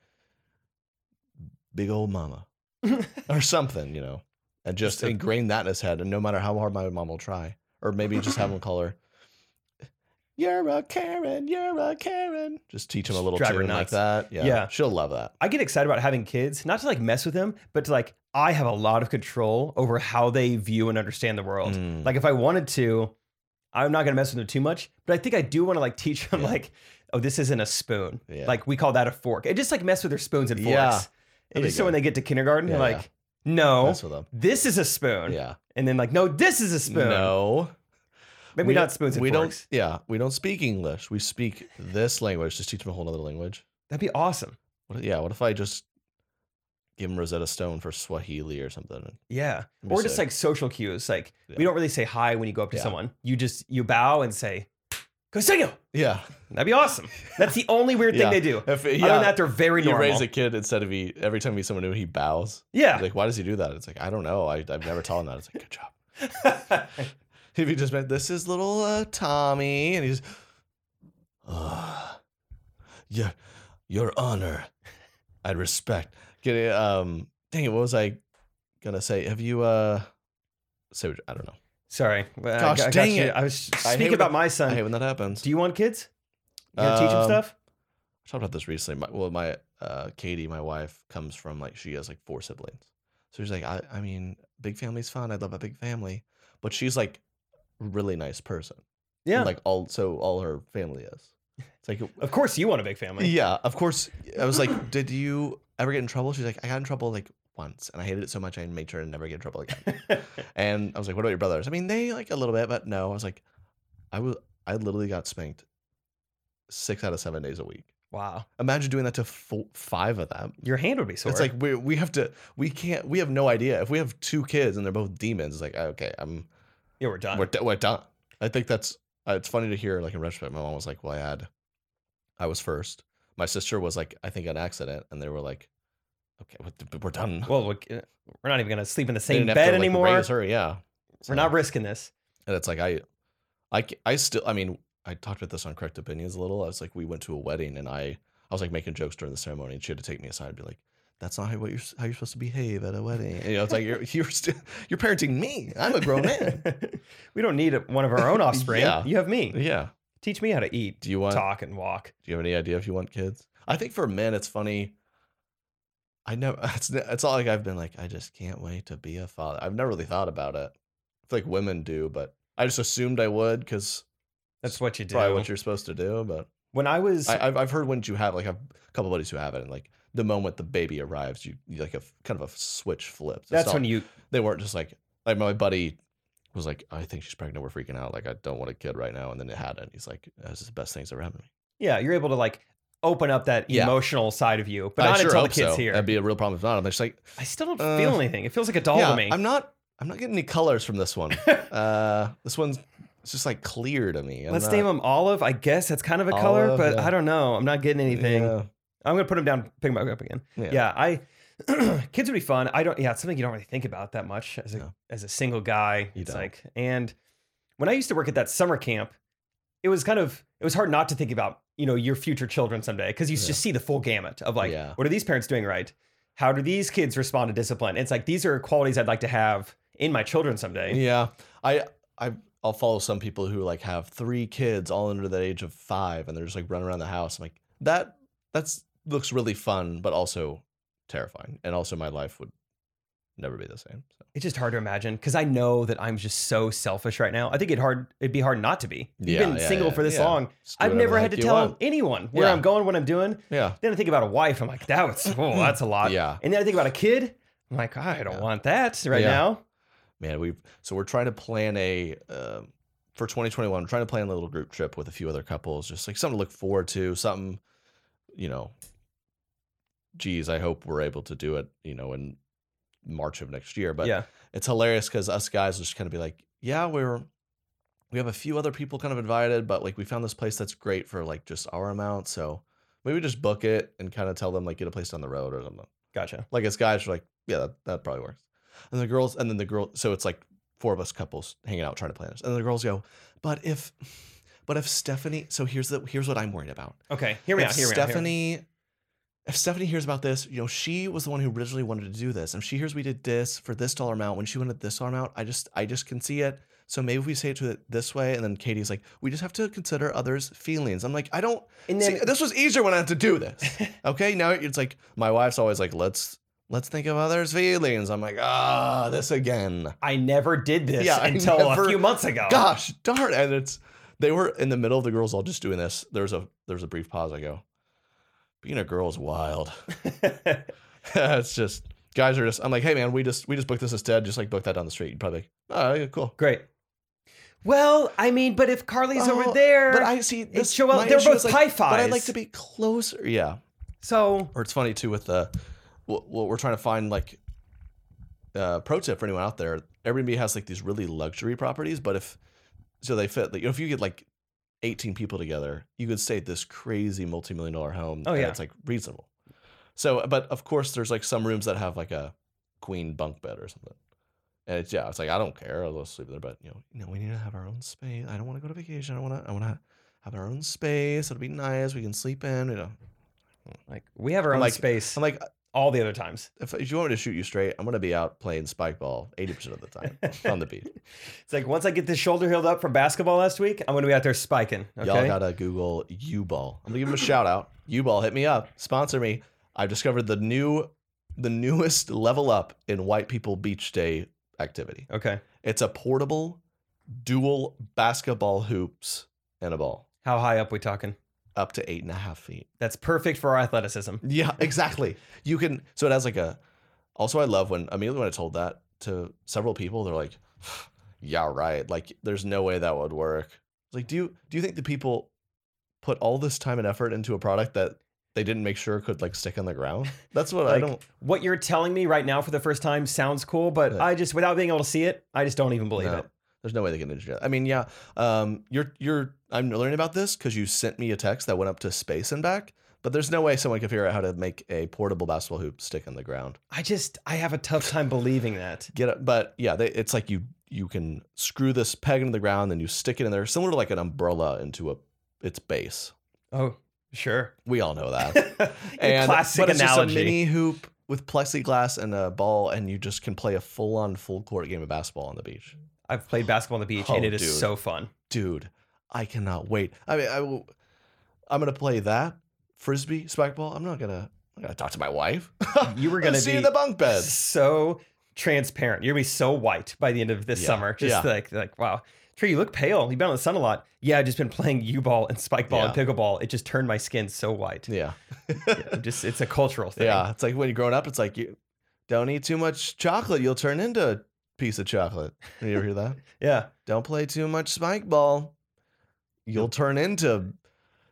A: Big old mama. or something, you know. And just
B: Just a-
A: ingrain that in his head. And no matter how hard my mom will try. Or maybe just have him call her, You're a Karen, you're a Karen. Just teach him a
B: Just
A: little
B: drive her
A: tune like
B: nuts.
A: that. Yeah.
B: Yeah.
A: She'll love that.
B: I get excited about having kids, not to like mess with them, but to like I have a lot of control over how they view and understand the world.
A: Mm.
B: Like if I wanted to, I'm not gonna mess with them too much, but I think I do want to like teach them
A: Yeah.
B: like, oh, this isn't a spoon.
A: Yeah.
B: Like we call that a fork. It just like mess with their spoons and forks.
A: Yeah.
B: And
A: That'd be
B: just so when
A: good.
B: they get to kindergarten, they're
A: Yeah, yeah.
B: like, no,
A: mess with them.
B: this is a spoon.
A: Yeah.
B: And then like, no, this is a spoon.
A: No.
B: Maybe
A: We
B: not
A: don't-
B: spoons and
A: we
B: forks.
A: don't yeah. We don't speak English. We speak this language. Just teach them a whole other language.
B: That'd be awesome.
A: What if- yeah, what if I just give him Rosetta Stone for Swahili or something?
B: Yeah.
A: That'd be
B: Or just
A: sick.
B: like social cues. Like we
A: Yeah.
B: don't really say hi when you go up to
A: Yeah.
B: someone. You just you bow and say, Cosingo.
A: Yeah.
B: That'd be awesome. That's the only weird
A: Yeah.
B: thing they do.
A: If
B: Other
A: yeah,
B: than that, they're very
A: you
B: normal.
A: raise a kid instead of he every time he's someone new he bows
B: yeah.
A: like why does he do that it's like i don't know I, i've never taught him that it's like good job if he just meant this is little uh, tommy and he's uh, your your honor i respect get it um dang it what was i gonna say have you uh say what, i don't know
B: Sorry. Well, I
A: Gosh,
B: got- I got
A: dang
B: you.
A: it.
B: I was
A: I hate
B: speaking
A: when
B: about
A: the-
B: my
A: i hate
B: son.
A: when that happens
B: Uh, Do you want kids? You gonna teach him
A: Um,
B: stuff?
A: I talked about this recently. My, well, my uh, Katie, my wife, comes from like she has like four siblings, so she's like, I, I mean, big family's fun. I love a big family, but she's like a really nice person.
B: Yeah.
A: like all so all her family is. It's like,
B: of course you want a big family.
A: yeah, of course. I was like, did you ever get in trouble? She's like, I got in trouble like once, and I hated it so much I made sure to never get in trouble again. And I was like, "What about your brothers?" I mean, they like a little bit, but no. I was like, I was I literally got spanked six out of seven days a week.
B: wow.
A: Imagine doing that to four, five of them.
B: Your hand would be sore.
A: It's like we we have to we can't we have no idea if we have two kids and they're both demons. It's like okay, I'm
B: yeah, we're done.
A: we're, do- we're done. I think that's uh, it's funny to hear like in retrospect. My mom was like, "Well, I had I was first. My sister was like, I think an accident, and they were like, okay, we're- we're done. They
B: well, look, uh, we're not even gonna sleep in the same
A: didn't have to,
B: bed
A: like,
B: anymore.
A: raise her, yeah. So-
B: We're not risking this.
A: and it's like I, I, c- I still. I mean, I talked about this on Correct Opinions a little. I was like, we went to a wedding, and I, I was like making jokes during the ceremony, and she had to take me aside and be like, "That's not how what you're s- how you're supposed to behave at a wedding." And, you know, it's like you're you're still you're parenting me. I'm a grown man.
B: we don't need one of our own offspring.
A: Yeah.
B: You have me.
A: yeah.
B: Teach me how to eat,
A: Do you want?
B: talk, and walk.
A: Do you have any idea if you want kids? I think for men, it's funny. I never. It's n- it's not like I've been like I just can't wait to be a father. I've never really thought about it. I feel like women do, but I just assumed I would because
B: That's what you do.
A: probably what you're supposed to do. But
B: when I was
A: I, I've I've heard once you have like I've a couple buddies who have it, and like the moment the baby arrives, you, you like a f- kind of a switch flips. It's
B: that's
A: not-
B: when you
A: they weren't just like like my buddy was like, I think she's pregnant. We're freaking out. Like I don't want a kid right now. And then it had it. He's like, that's the best things ever happened to me.
B: yeah, you're able to like open up that
A: Yeah.
B: emotional side of you, but
A: I
B: not
A: sure
B: until the
A: hope
B: kids
A: so.
B: here.
A: That'd be a real problem if not. I'm just like,
B: I still don't
A: Uh,
B: feel anything. It feels like a doll
A: yeah,
B: to me.
A: I'm not. I'm not getting any colors from this one. uh, this one's it's just like clear to me. I'm
B: Let's
A: not,
B: name him Olive. I guess that's kind of a color,
A: Olive,
B: but
A: yeah.
B: I don't know. I'm not getting anything.
A: Yeah,
B: I'm gonna put him down, pick him back up again.
A: yeah.
B: Yeah, I kids would be fun. I don't. Yeah, it's something you don't really think about that much as a
A: No.
B: as a single guy.
A: You
B: it's
A: don't.
B: like and when I used to work at that summer camp, it was kind of it was hard not to think about you know your future children someday because you
A: Yeah.
B: just see the full gamut of like
A: Yeah.
B: what are these parents doing right? How do these kids respond to discipline? It's like these are qualities I'd like to have in my children someday.
A: Yeah, I I I'll follow some people who like have three kids all under the age of five, and they're just like running around the house. I'm like that that's looks really fun, but also terrifying, and also my life would never be the same. So
B: It's just hard to imagine because I know that I'm just so selfish right now. I think it hard it'd be hard not to be. You've
A: Yeah,
B: been
A: yeah,
B: single
A: yeah,
B: for this
A: yeah.
B: long.
A: just do
B: I've
A: whatever
B: never
A: the
B: had to
A: heck you
B: tell
A: want.
B: anyone where
A: Yeah.
B: I'm going, what I'm doing.
A: Yeah,
B: Then I think about a wife. I'm like, that was oh, that's a lot.
A: yeah,
B: And then I think about a kid. I'm like, I don't
A: Yeah.
B: want that right
A: Yeah.
B: now.
A: man. We so we're trying to plan a. Um, for 2021, I'm trying to plan a little group trip with a few other couples, just like something to look forward to, something, you know, geez, I hope we're able to do it, you know, in March of next year. But
B: yeah,
A: it's hilarious because us guys will just kind of be like, yeah, we're we have a few other people kind of invited, but like we found this place that's great for like just our amount, so Maybe just book it and kind of tell them like get a place on the road or something.
B: Gotcha.
A: Like it's guys are like, yeah, that, that probably works. And the girls, and then the girl, so it's like four of us couples hanging out trying to plan this. And the girls go, but if, but if Stephanie, so here's the here's what I'm worried about.
B: Okay. Hear me
A: if
B: out. Hear me out. hear me out.
A: Stephanie, if Stephanie hears about this, you know, she was the one who originally wanted to do this. If she hears we did this for this dollar amount when she wanted this dollar amount, I just I just can see it. So maybe if we say it to it this way, and then Katie's like, we just have to consider others' feelings. I'm like, I don't.
B: And
A: See,
B: then
A: this was easier when I had to do this. Okay, now it's like my wife's always like, let's let's think of others' feelings. I'm like, ah, this again.
B: I never did this
A: Yeah, I
B: until
A: never-
B: a few months ago.
A: Gosh darn! And it's they were in the middle of the girls all just doing this. There's a there's a brief pause. I go, being a girl is wild. it's just guys are just. I'm like, hey man, we just we just booked this instead. Just like book that down the street. You'd probably, oh yeah, cool.
B: Great. Well, I mean, but if Carly's
A: Oh,
B: over there,
A: But I see this.
B: Joel,
A: my
B: they're
A: issue is,
B: both
A: like,
B: high
A: But I'd like
B: fives.
A: to be closer. Yeah.
B: so
A: or it's funny too with the what, what we're trying to find like uh pro tip for anyone out there airbnb has like these really luxury properties but if so they fit like if you get like 18 people together you could stay at this crazy multi-million dollar home
B: Oh,
A: and
B: yeah.
A: it's like reasonable so but of course there's like some rooms that have like a queen bunk bed or something and it's yeah it's like i don't care i'll just sleep there but you know you know we need to have our own space i don't want to go to vacation i want to i want to have our own space it'll be nice we can sleep in you know
B: like we have our
A: I'm
B: own
A: like-
B: space
A: i'm like
B: all the other times.
A: if, if you want me to shoot you straight, I'm gonna be out playing spike ball 80% of the time on the beat.
B: It's like once I get this shoulder healed up from basketball last week, I'm gonna be out there spiking. Okay.
A: Y'all gotta Google U ball. I'm gonna give him a shout out. U ball, hit me up, sponsor me. I've discovered the new, the newest level up in white people beach day activity.
B: okay.
A: It's a portable, dual basketball hoops and a ball
B: How high up we talking?
A: up to eight and a half feet.
B: That's perfect for our athleticism.
A: Yeah, exactly. You can. So it has like a. Also, I love when immediately when I told that to several people, they're like, "Yeah, right. Like, there's no way that would work." Like, do you do you think the people put all this time and effort into a product that they didn't make sure could like stick on the ground? That's what I
B: Like,
A: don't.
B: What you're telling me right now for the first time sounds cool, but
A: Yeah.
B: I just without being able to see it, I just don't even believe
A: no.
B: it.
A: There's no way they can engineer. that. I mean, yeah, um, you're you're. I'm learning about this because you sent me a text that went up to space and back. But there's no way someone could figure out how to make a portable basketball hoop stick on the ground.
B: I just I have a tough time believing that.
A: get it but yeah they, it's like you you can screw this peg into the ground and you stick it in there similar to like an umbrella into a its base
B: Oh, sure.
A: we all know that
B: and, Classic
A: but it's
B: analogy.
A: just a mini hoop with plexiglass and a ball and you just can play a full-on full court game of basketball on the beach
B: I've played basketball on the beach and
A: Oh,
B: it is
A: dude.
B: so fun.
A: dude i cannot wait i mean i will i'm gonna play that frisbee spike ball i'm not gonna I'm not gonna talk to my wife.
B: You were gonna
A: see
B: be
A: the bunk bed.
B: so transparent. You're gonna be so white by the end of this
A: Yeah,
B: summer. Just
A: yeah.
B: like like wow. Trey, you look pale. You've been in the sun a lot. Yeah, I've just been playing U ball and spike ball and pickleball. It just turned my skin so white.
A: Yeah.
B: Yeah, just it's a cultural thing.
A: Yeah, it's like when you're growing up, it's like you don't eat too much chocolate, you'll turn into a piece of chocolate. You ever hear that?
B: Yeah.
A: Don't play too much spike ball, you'll turn into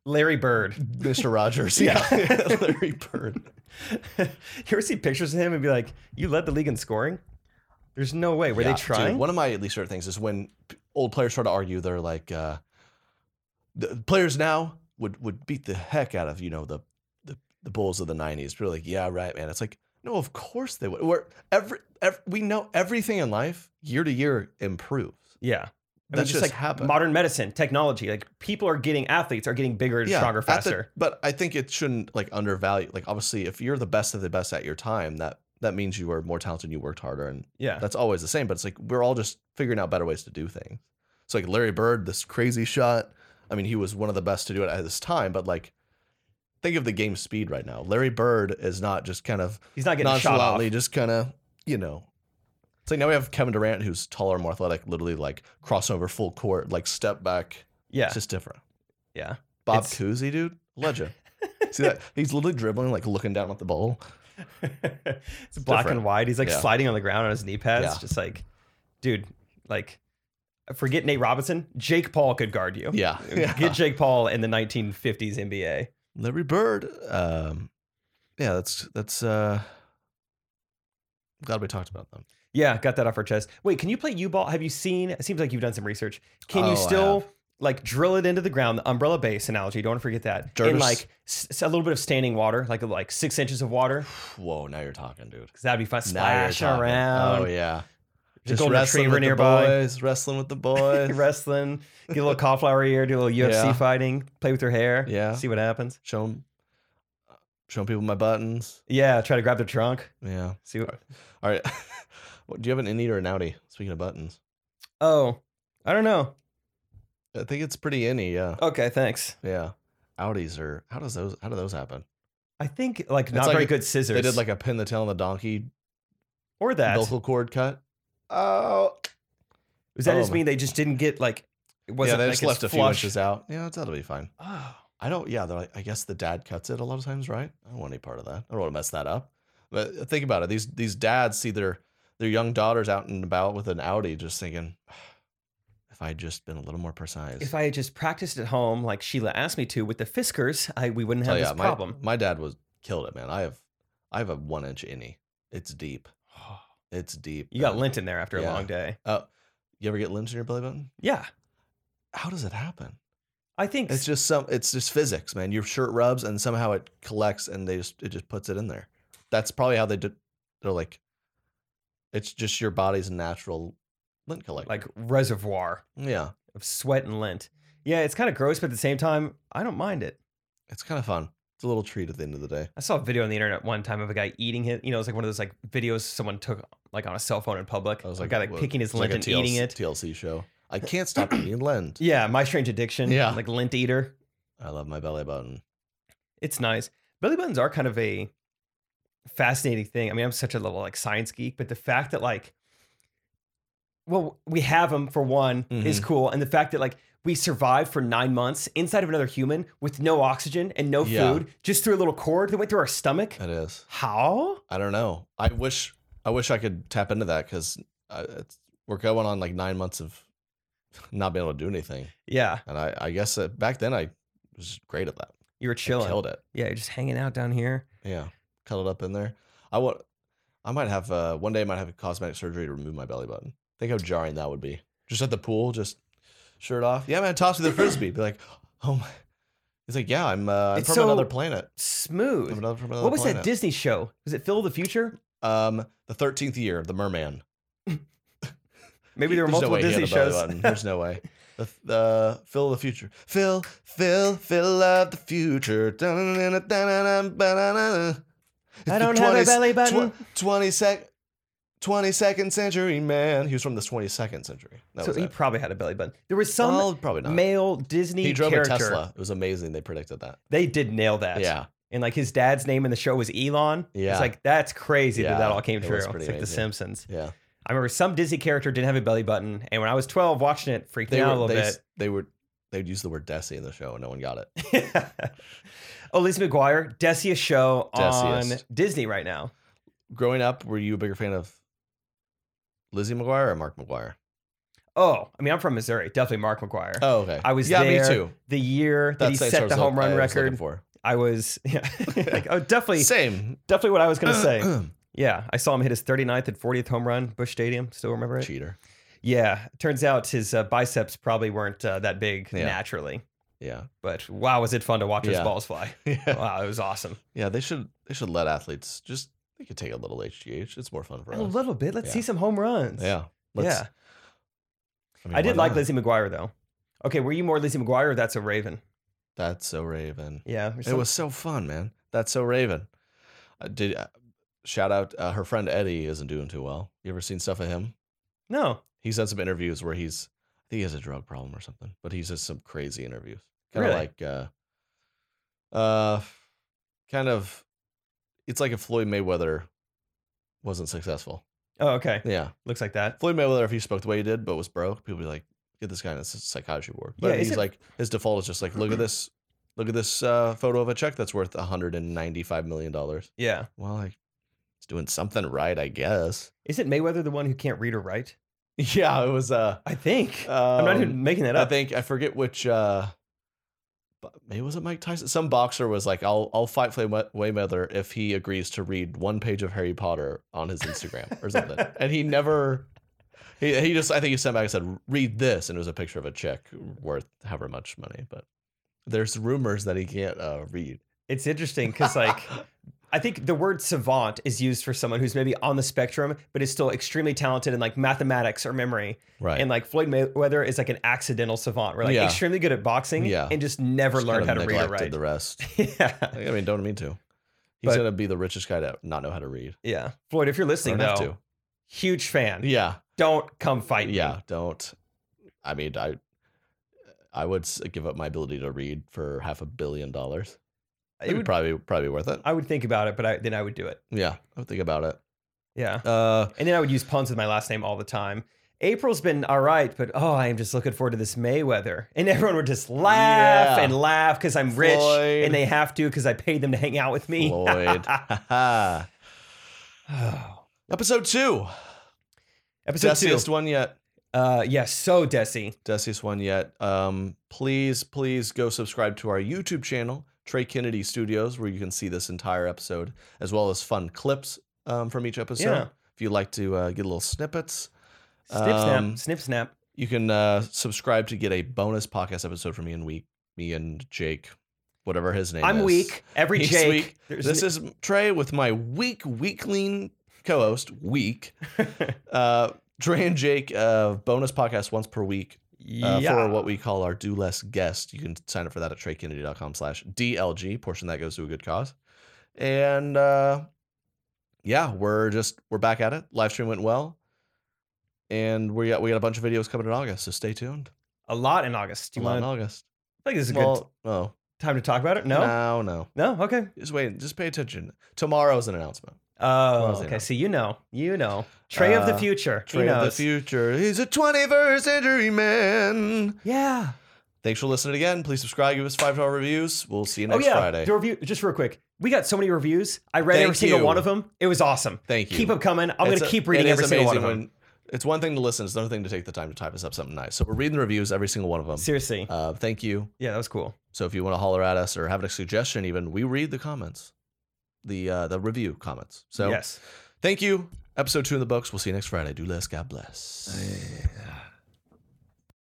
B: Larry Bird.
A: Mr. Rogers.
B: Yeah.
A: Yeah, Larry Bird.
B: you ever see pictures of him and be like, you led the league in scoring? There's no way. Were
A: Yeah,
B: they
A: dude,
B: trying?
A: one of my least favorite things is when p- old players try to argue. They're like, uh, the players now would would beat the heck out of you know the the, the Bulls of the '90s. We're like, yeah, right, man. It's like, no, of course they would. We're every, ev we know everything in life year to year improves.
B: yeah. I mean,
A: That's
B: just,
A: just
B: like
A: happened.
B: modern medicine, technology. Like people are getting athletes are getting bigger and stronger
A: at the-
B: faster.
A: but I think it shouldn't like undervalue. Like obviously, if you're the best of the best at your time, that that means you were more talented, you worked harder, and
B: yeah.
A: that's always the same. But it's like we're all just figuring out better ways to do things. So like Larry Bird, this crazy shot. I mean, he was one of the best to do it at his time. But like, think of the game speed right now. Larry Bird is not just kind of
B: He's not getting shot off.
A: nonchalantly, just kind of you know. It's like now we have Kevin Durant, who's taller, more athletic, literally like crossover, full court, like step back.
B: Yeah.
A: It's just different.
B: Yeah.
A: Bob
B: It's-
A: Cousy, dude, legend. See that he's literally dribbling, like looking down at the ball.
B: it's black
A: different.
B: and white. He's like
A: Yeah.
B: sliding on the ground on his knee pads.
A: Yeah.
B: Just like, dude, like, forget Nate Robinson. Jake Paul could guard you.
A: Oh, Yeah,
B: Get Jake Paul in the 1950s NBA.
A: Larry Bird. Um, yeah, that's that's. uh Glad we talked about them.
B: Yeah, got that off our chest. Wait, can you play U ball? Have you seen? It seems like you've done some research. Can
A: Oh, I
B: you still like drill it into the ground. The umbrella base analogy. Don't want to forget that.
A: Dirt
B: in
A: is-
B: like s- a little bit of standing water, like like six inches of water,
A: Whoa, now you're talking, dude.
B: 'cause that'd be fun.
A: Now you're
B: Splash
A: talking.
B: around.
A: Oh yeah.
B: Just golden retriever nearby.
A: boys, wrestling with the boys.
B: wrestling, get a little cauliflower ear, do a little UFC
A: Yeah.
B: fighting, play with her hair,
A: Yeah.
B: see what happens.
A: show 'em- uh, show 'em people my buttons.
B: Yeah, try to grab the trunk.
A: Yeah.
B: See what?
A: All right. What- Do you have an innie or an outie? Speaking of buttons,
B: Oh, I don't know.
A: I think it's pretty innie. Yeah.
B: Okay, thanks.
A: Yeah. Outies are how does those how do those happen?
B: I think like not
A: like
B: very
A: if
B: good scissors.
A: They did like a pin the tail on the donkey
B: or that.
A: vocal cord cut. Oh,
B: Does that just
A: Oh.
B: mean they just didn't get like? It
A: yeah.
B: wasn't
A: They
B: like
A: just
B: it's
A: left a few
B: flush?
A: inches out. Yeah, it's- that'll be fine.
B: Oh,
A: I don't. Yeah, they're like, I guess the dad cuts it a lot of times, right? I don't want any part of that. I don't want to mess that up. But think about it. These these dads see their their young daughters out and about with an Audi, just thinking, if I had just been a little more precise.
B: if I had just practiced at home like Sheila asked me to with the Fiskars, I we wouldn't have
A: Tell
B: this
A: ya, my,
B: problem.
A: My dad was killed it, man. I have I have a one inch innie. It's deep. It's deep.
B: You got
A: man.
B: lint in there after
A: Yeah.
B: a long day.
A: Oh, you ever get lint in your belly button?
B: Yeah,
A: How does it happen?
B: I think
A: It's just some. It's just physics, man. Your shirt rubs, and somehow it collects, and they just it just puts it in there. That's probably how they did. They're like, it's just your body's natural lint collector.
B: like reservoir
A: yeah,
B: of sweat and lint. Yeah, it's kind of gross, but at the same time, I don't mind it.
A: it's kind of fun. It's a little treat at the end of the day.
B: I saw a video on the internet one time of a guy eating his, you know, it's like one of those like videos someone took like on a cell phone in public.
A: I was
B: a
A: like,
B: guy like
A: whoa,
B: picking his
A: it's like
B: lint
A: a
B: and eating
A: TLC
B: it.
A: TLC show. I can't stop eating lint.
B: Yeah, my strange addiction.
A: Yeah.
B: like lint eater.
A: I love my belly button.
B: It's nice. Belly buttons are kind of a fascinating thing. I mean, I'm such a little like science geek, but the fact that like, well, we have them for one is
A: Mhm.
B: cool, and the fact that like we survived for nine months inside of another human with no oxygen and no
A: Yeah. Uh,
B: food, just through a little cord that went through our stomach.
A: It is.
B: How?
A: I don't know. I wish. I wish I could tap into that because it's we're going on like nine months of not being able to do anything,
B: Yeah,
A: and I, I guess that back then I was great at that.
B: you were
A: I
B: chilling.
A: killed it.
B: Yeah, you're just hanging out down here.
A: Yeah, cuddled up in there. I want. I might have uh, one day. I might have cosmetic surgery to remove my belly button. Think how jarring that would be. Just at the pool, just shirt off. Yeah, man. Toss me the frisbee. Be like, oh my. He's like, yeah, I'm. Uh, I'm
B: It's
A: from another
B: so
A: planet. I'm
B: Smooth.
A: another, from another
B: What was that
A: planet.
B: Disney show? Was it Phil of the Future?
A: um, the thirteenth year of the Merman.
B: Maybe there were
A: There's no
B: multiple
A: way he had
B: Disney
A: a belly
B: shows.
A: button. There's no way. The, the Phil of the future. Phil, Phil, Phil of the future. Da-na-na-na-na-na-na-na-na. It's the
B: I don't have a
A: 20s
B: belly
A: tw-
B: button.
A: 20 sec 22nd century man. He was from the 22nd century. That
B: so
A: was
B: he
A: it.
B: probably had a belly button. There was some
A: Well, probably not.
B: male Disney
A: He drove
B: character.
A: a Tesla. It was amazing. They predicted that.
B: They did nail that.
A: yeah.
B: And like his dad's name in the show was Elon.
A: Yeah.
B: It's like that's crazy that
A: Yeah,
B: that all came
A: it
B: true.
A: was
B: It's like
A: pretty
B: The
A: amazing.
B: Simpsons.
A: Yeah.
B: I remember some Disney character didn't have a belly button, and when I was 12 watching it, freaked me
A: They
B: out
A: were,
B: a little
A: they,
B: bit.
A: s- they were they'd use the word Desi in the show and no one got it.
B: Elise McGuire, Desiest show on
A: Desiest.
B: Disney right now.
A: Growing up, were you a bigger fan of Lizzie McGuire or Mark McGuire?
B: Oh, I mean, I'm from Missouri. Definitely Mark McGuire.
A: Oh, okay.
B: I was
A: yeah,
B: there.
A: me too.
B: the year that
A: That's
B: he
A: same
B: set
A: source
B: the
A: I-
B: home run
A: I was looking
B: record,
A: for.
B: I was yeah, like, oh, definitely,
A: Same.
B: definitely what I was going to say. Yeah, I saw him hit his 39th and 40th home run, Bush Stadium. Still remember it?
A: Cheater.
B: Yeah, turns out his uh, biceps probably weren't uh, that big
A: Yeah.
B: naturally,
A: Yeah.
B: but wow, was it fun to watch his
A: Yeah.
B: balls fly?
A: Yeah.
B: Wow, it was awesome.
A: yeah. They should they should let athletes just they could take a little HGH. It's more fun for us.
B: A little bit. Let's
A: Yeah.
B: see some home runs.
A: Yeah.
B: yeah.
A: mean,
B: I did
A: why
B: like
A: not?
B: Lizzie McGuire though. Okay, were you more Lizzie McGuire or that's a Raven?
A: That's so Raven.
B: Yeah, or
A: It
B: some-
A: was so fun, man. That's so Raven. Uh, did uh, shout out uh, her friend Eddie isn't doing too well. You ever seen stuff of him?
B: no.
A: He's done some interviews where he's I think he has a drug problem or something, but he's just some crazy interviews. Kind of
B: Really?
A: like uh uh kind of it's like if Floyd Mayweather wasn't successful.
B: Oh, okay.
A: Yeah.
B: Looks like that.
A: Floyd Mayweather, if he spoke the way he did, but was broke, people would be like, get this guy in a s- psychiatry ward. But
B: Yeah, is
A: he's
B: it-
A: like, his default is just like, look at this, look at this uh, photo of a check that's worth $195 million. Well,
B: Yeah.
A: like, it's doing something right, I guess.
B: Isn't Mayweather the one who can't read or write?
A: Yeah, it was, uh,
B: I think.
A: um,
B: I'm not even making that
A: I
B: up.
A: think, I forget which, uh, bu- maybe was it Mike Tyson? Some boxer was like, I'll, I'll fight Floyd May- Mayweather if he agrees to read one page of Harry Potter on his Instagram or something. and he never, He, he just, I think he sent back and said, read this. And it was a picture of a chick worth however much money. But there's rumors that he can't uh, read.
B: It's interesting because like I think the word savant is used for someone who's maybe on the spectrum, but is still extremely talented in like mathematics or memory.
A: Right.
B: And like Floyd Mayweather is like an accidental savant. We're like
A: Yeah.
B: extremely good at boxing
A: Yeah.
B: and just never
A: Just
B: learned how
A: kind
B: to
A: of
B: read or
A: neglected
B: write.
A: The rest.
B: yeah.
A: I mean, don't mean to. He's
B: But-
A: going to be the richest guy to not know how to read.
B: Yeah. Floyd, if you're listening
A: Don't
B: though,
A: have to.
B: huge fan.
A: Yeah.
B: Don't come fight me.
A: Yeah. Don't. I mean, I. I would s- give up my ability to read for half a billion dollars.
B: Uh,
A: It
B: It would,
A: would probably probably worth it.
B: I would think about it, but I, then I would do it.
A: yeah, I would think about it.
B: Yeah.
A: Uh,
B: And then I would use puns with my last name all the time. April's been all right, but oh, I am just looking forward to this Mayweather. And everyone would just laugh
A: Yeah.
B: and laugh because I'm rich
A: Floyd.
B: and they have to because I paid them to hang out with me.
A: Floyd. Episode two.
B: Episode
A: Desiest
B: two.
A: one yet.
B: Uh, yeah, so Desi.
A: Desiest one yet. Um, please, please go subscribe to our YouTube channel, Trey Kennedy Studios, where you can see this entire episode as well as fun clips um, from each episode.
B: Yeah.
A: If you'd like to uh, get little snippets,
B: Snip,
A: Um,
B: snap, snip, snap.
A: you can uh, subscribe to get a bonus podcast episode from me and we, me and Jake, whatever his name is.
B: I'm weak. Every
A: He's
B: Jake.
A: weak.
B: There's
A: This
B: n-
A: is Trey with my weak, weakling co-host, Weak. uh, Trey and Jake uh, bonus podcast once per week uh,
B: yeah.
A: for what we call our do less guest. You can sign up for that at treykennedy.com slash DLG. Portion that goes to a good cause. And uh, yeah, we're just we're back at it. Live stream went well. And we got we got a bunch of videos coming in August, so stay tuned.
B: a lot in August. Do
A: A
B: you
A: lot in
B: want to? I
A: August.
B: think this is a good
A: Well, oh
B: t- time to talk about it. No,
A: no, no.
B: no, okay.
A: Just wait. Just pay attention. Tomorrow's an announcement.
B: Oh,
A: was it
B: okay.
A: now?
B: See, you know, you know, Trey of the
A: Uh,
B: future. He
A: Trey of the
B: knows.
A: future. He's a 21st century man.
B: Yeah.
A: Thanks for listening again. Please subscribe. Give us five star reviews. We'll see you
B: Oh
A: next
B: yeah,
A: Friday.
B: the review. Just real quick, we got so many reviews. I read
A: Thank
B: every single
A: you.
B: one of them. It was awesome.
A: Thank you.
B: Keep them coming. I'm
A: It's
B: gonna
A: a-
B: keep reading
A: it
B: every
A: is
B: single one of
A: amazing
B: them.
A: when- it's one thing to listen. It's another thing to take the time to type us up something nice. So we're reading the reviews, every single one of them.
B: Seriously,
A: Uh, thank you.
B: yeah, that was cool.
A: So if you want to holler at us or have a suggestion, even we read the comments, the uh, the review comments. So
B: yes.
A: thank you. Episode two in the books. We'll see you next Friday. Do less. God bless.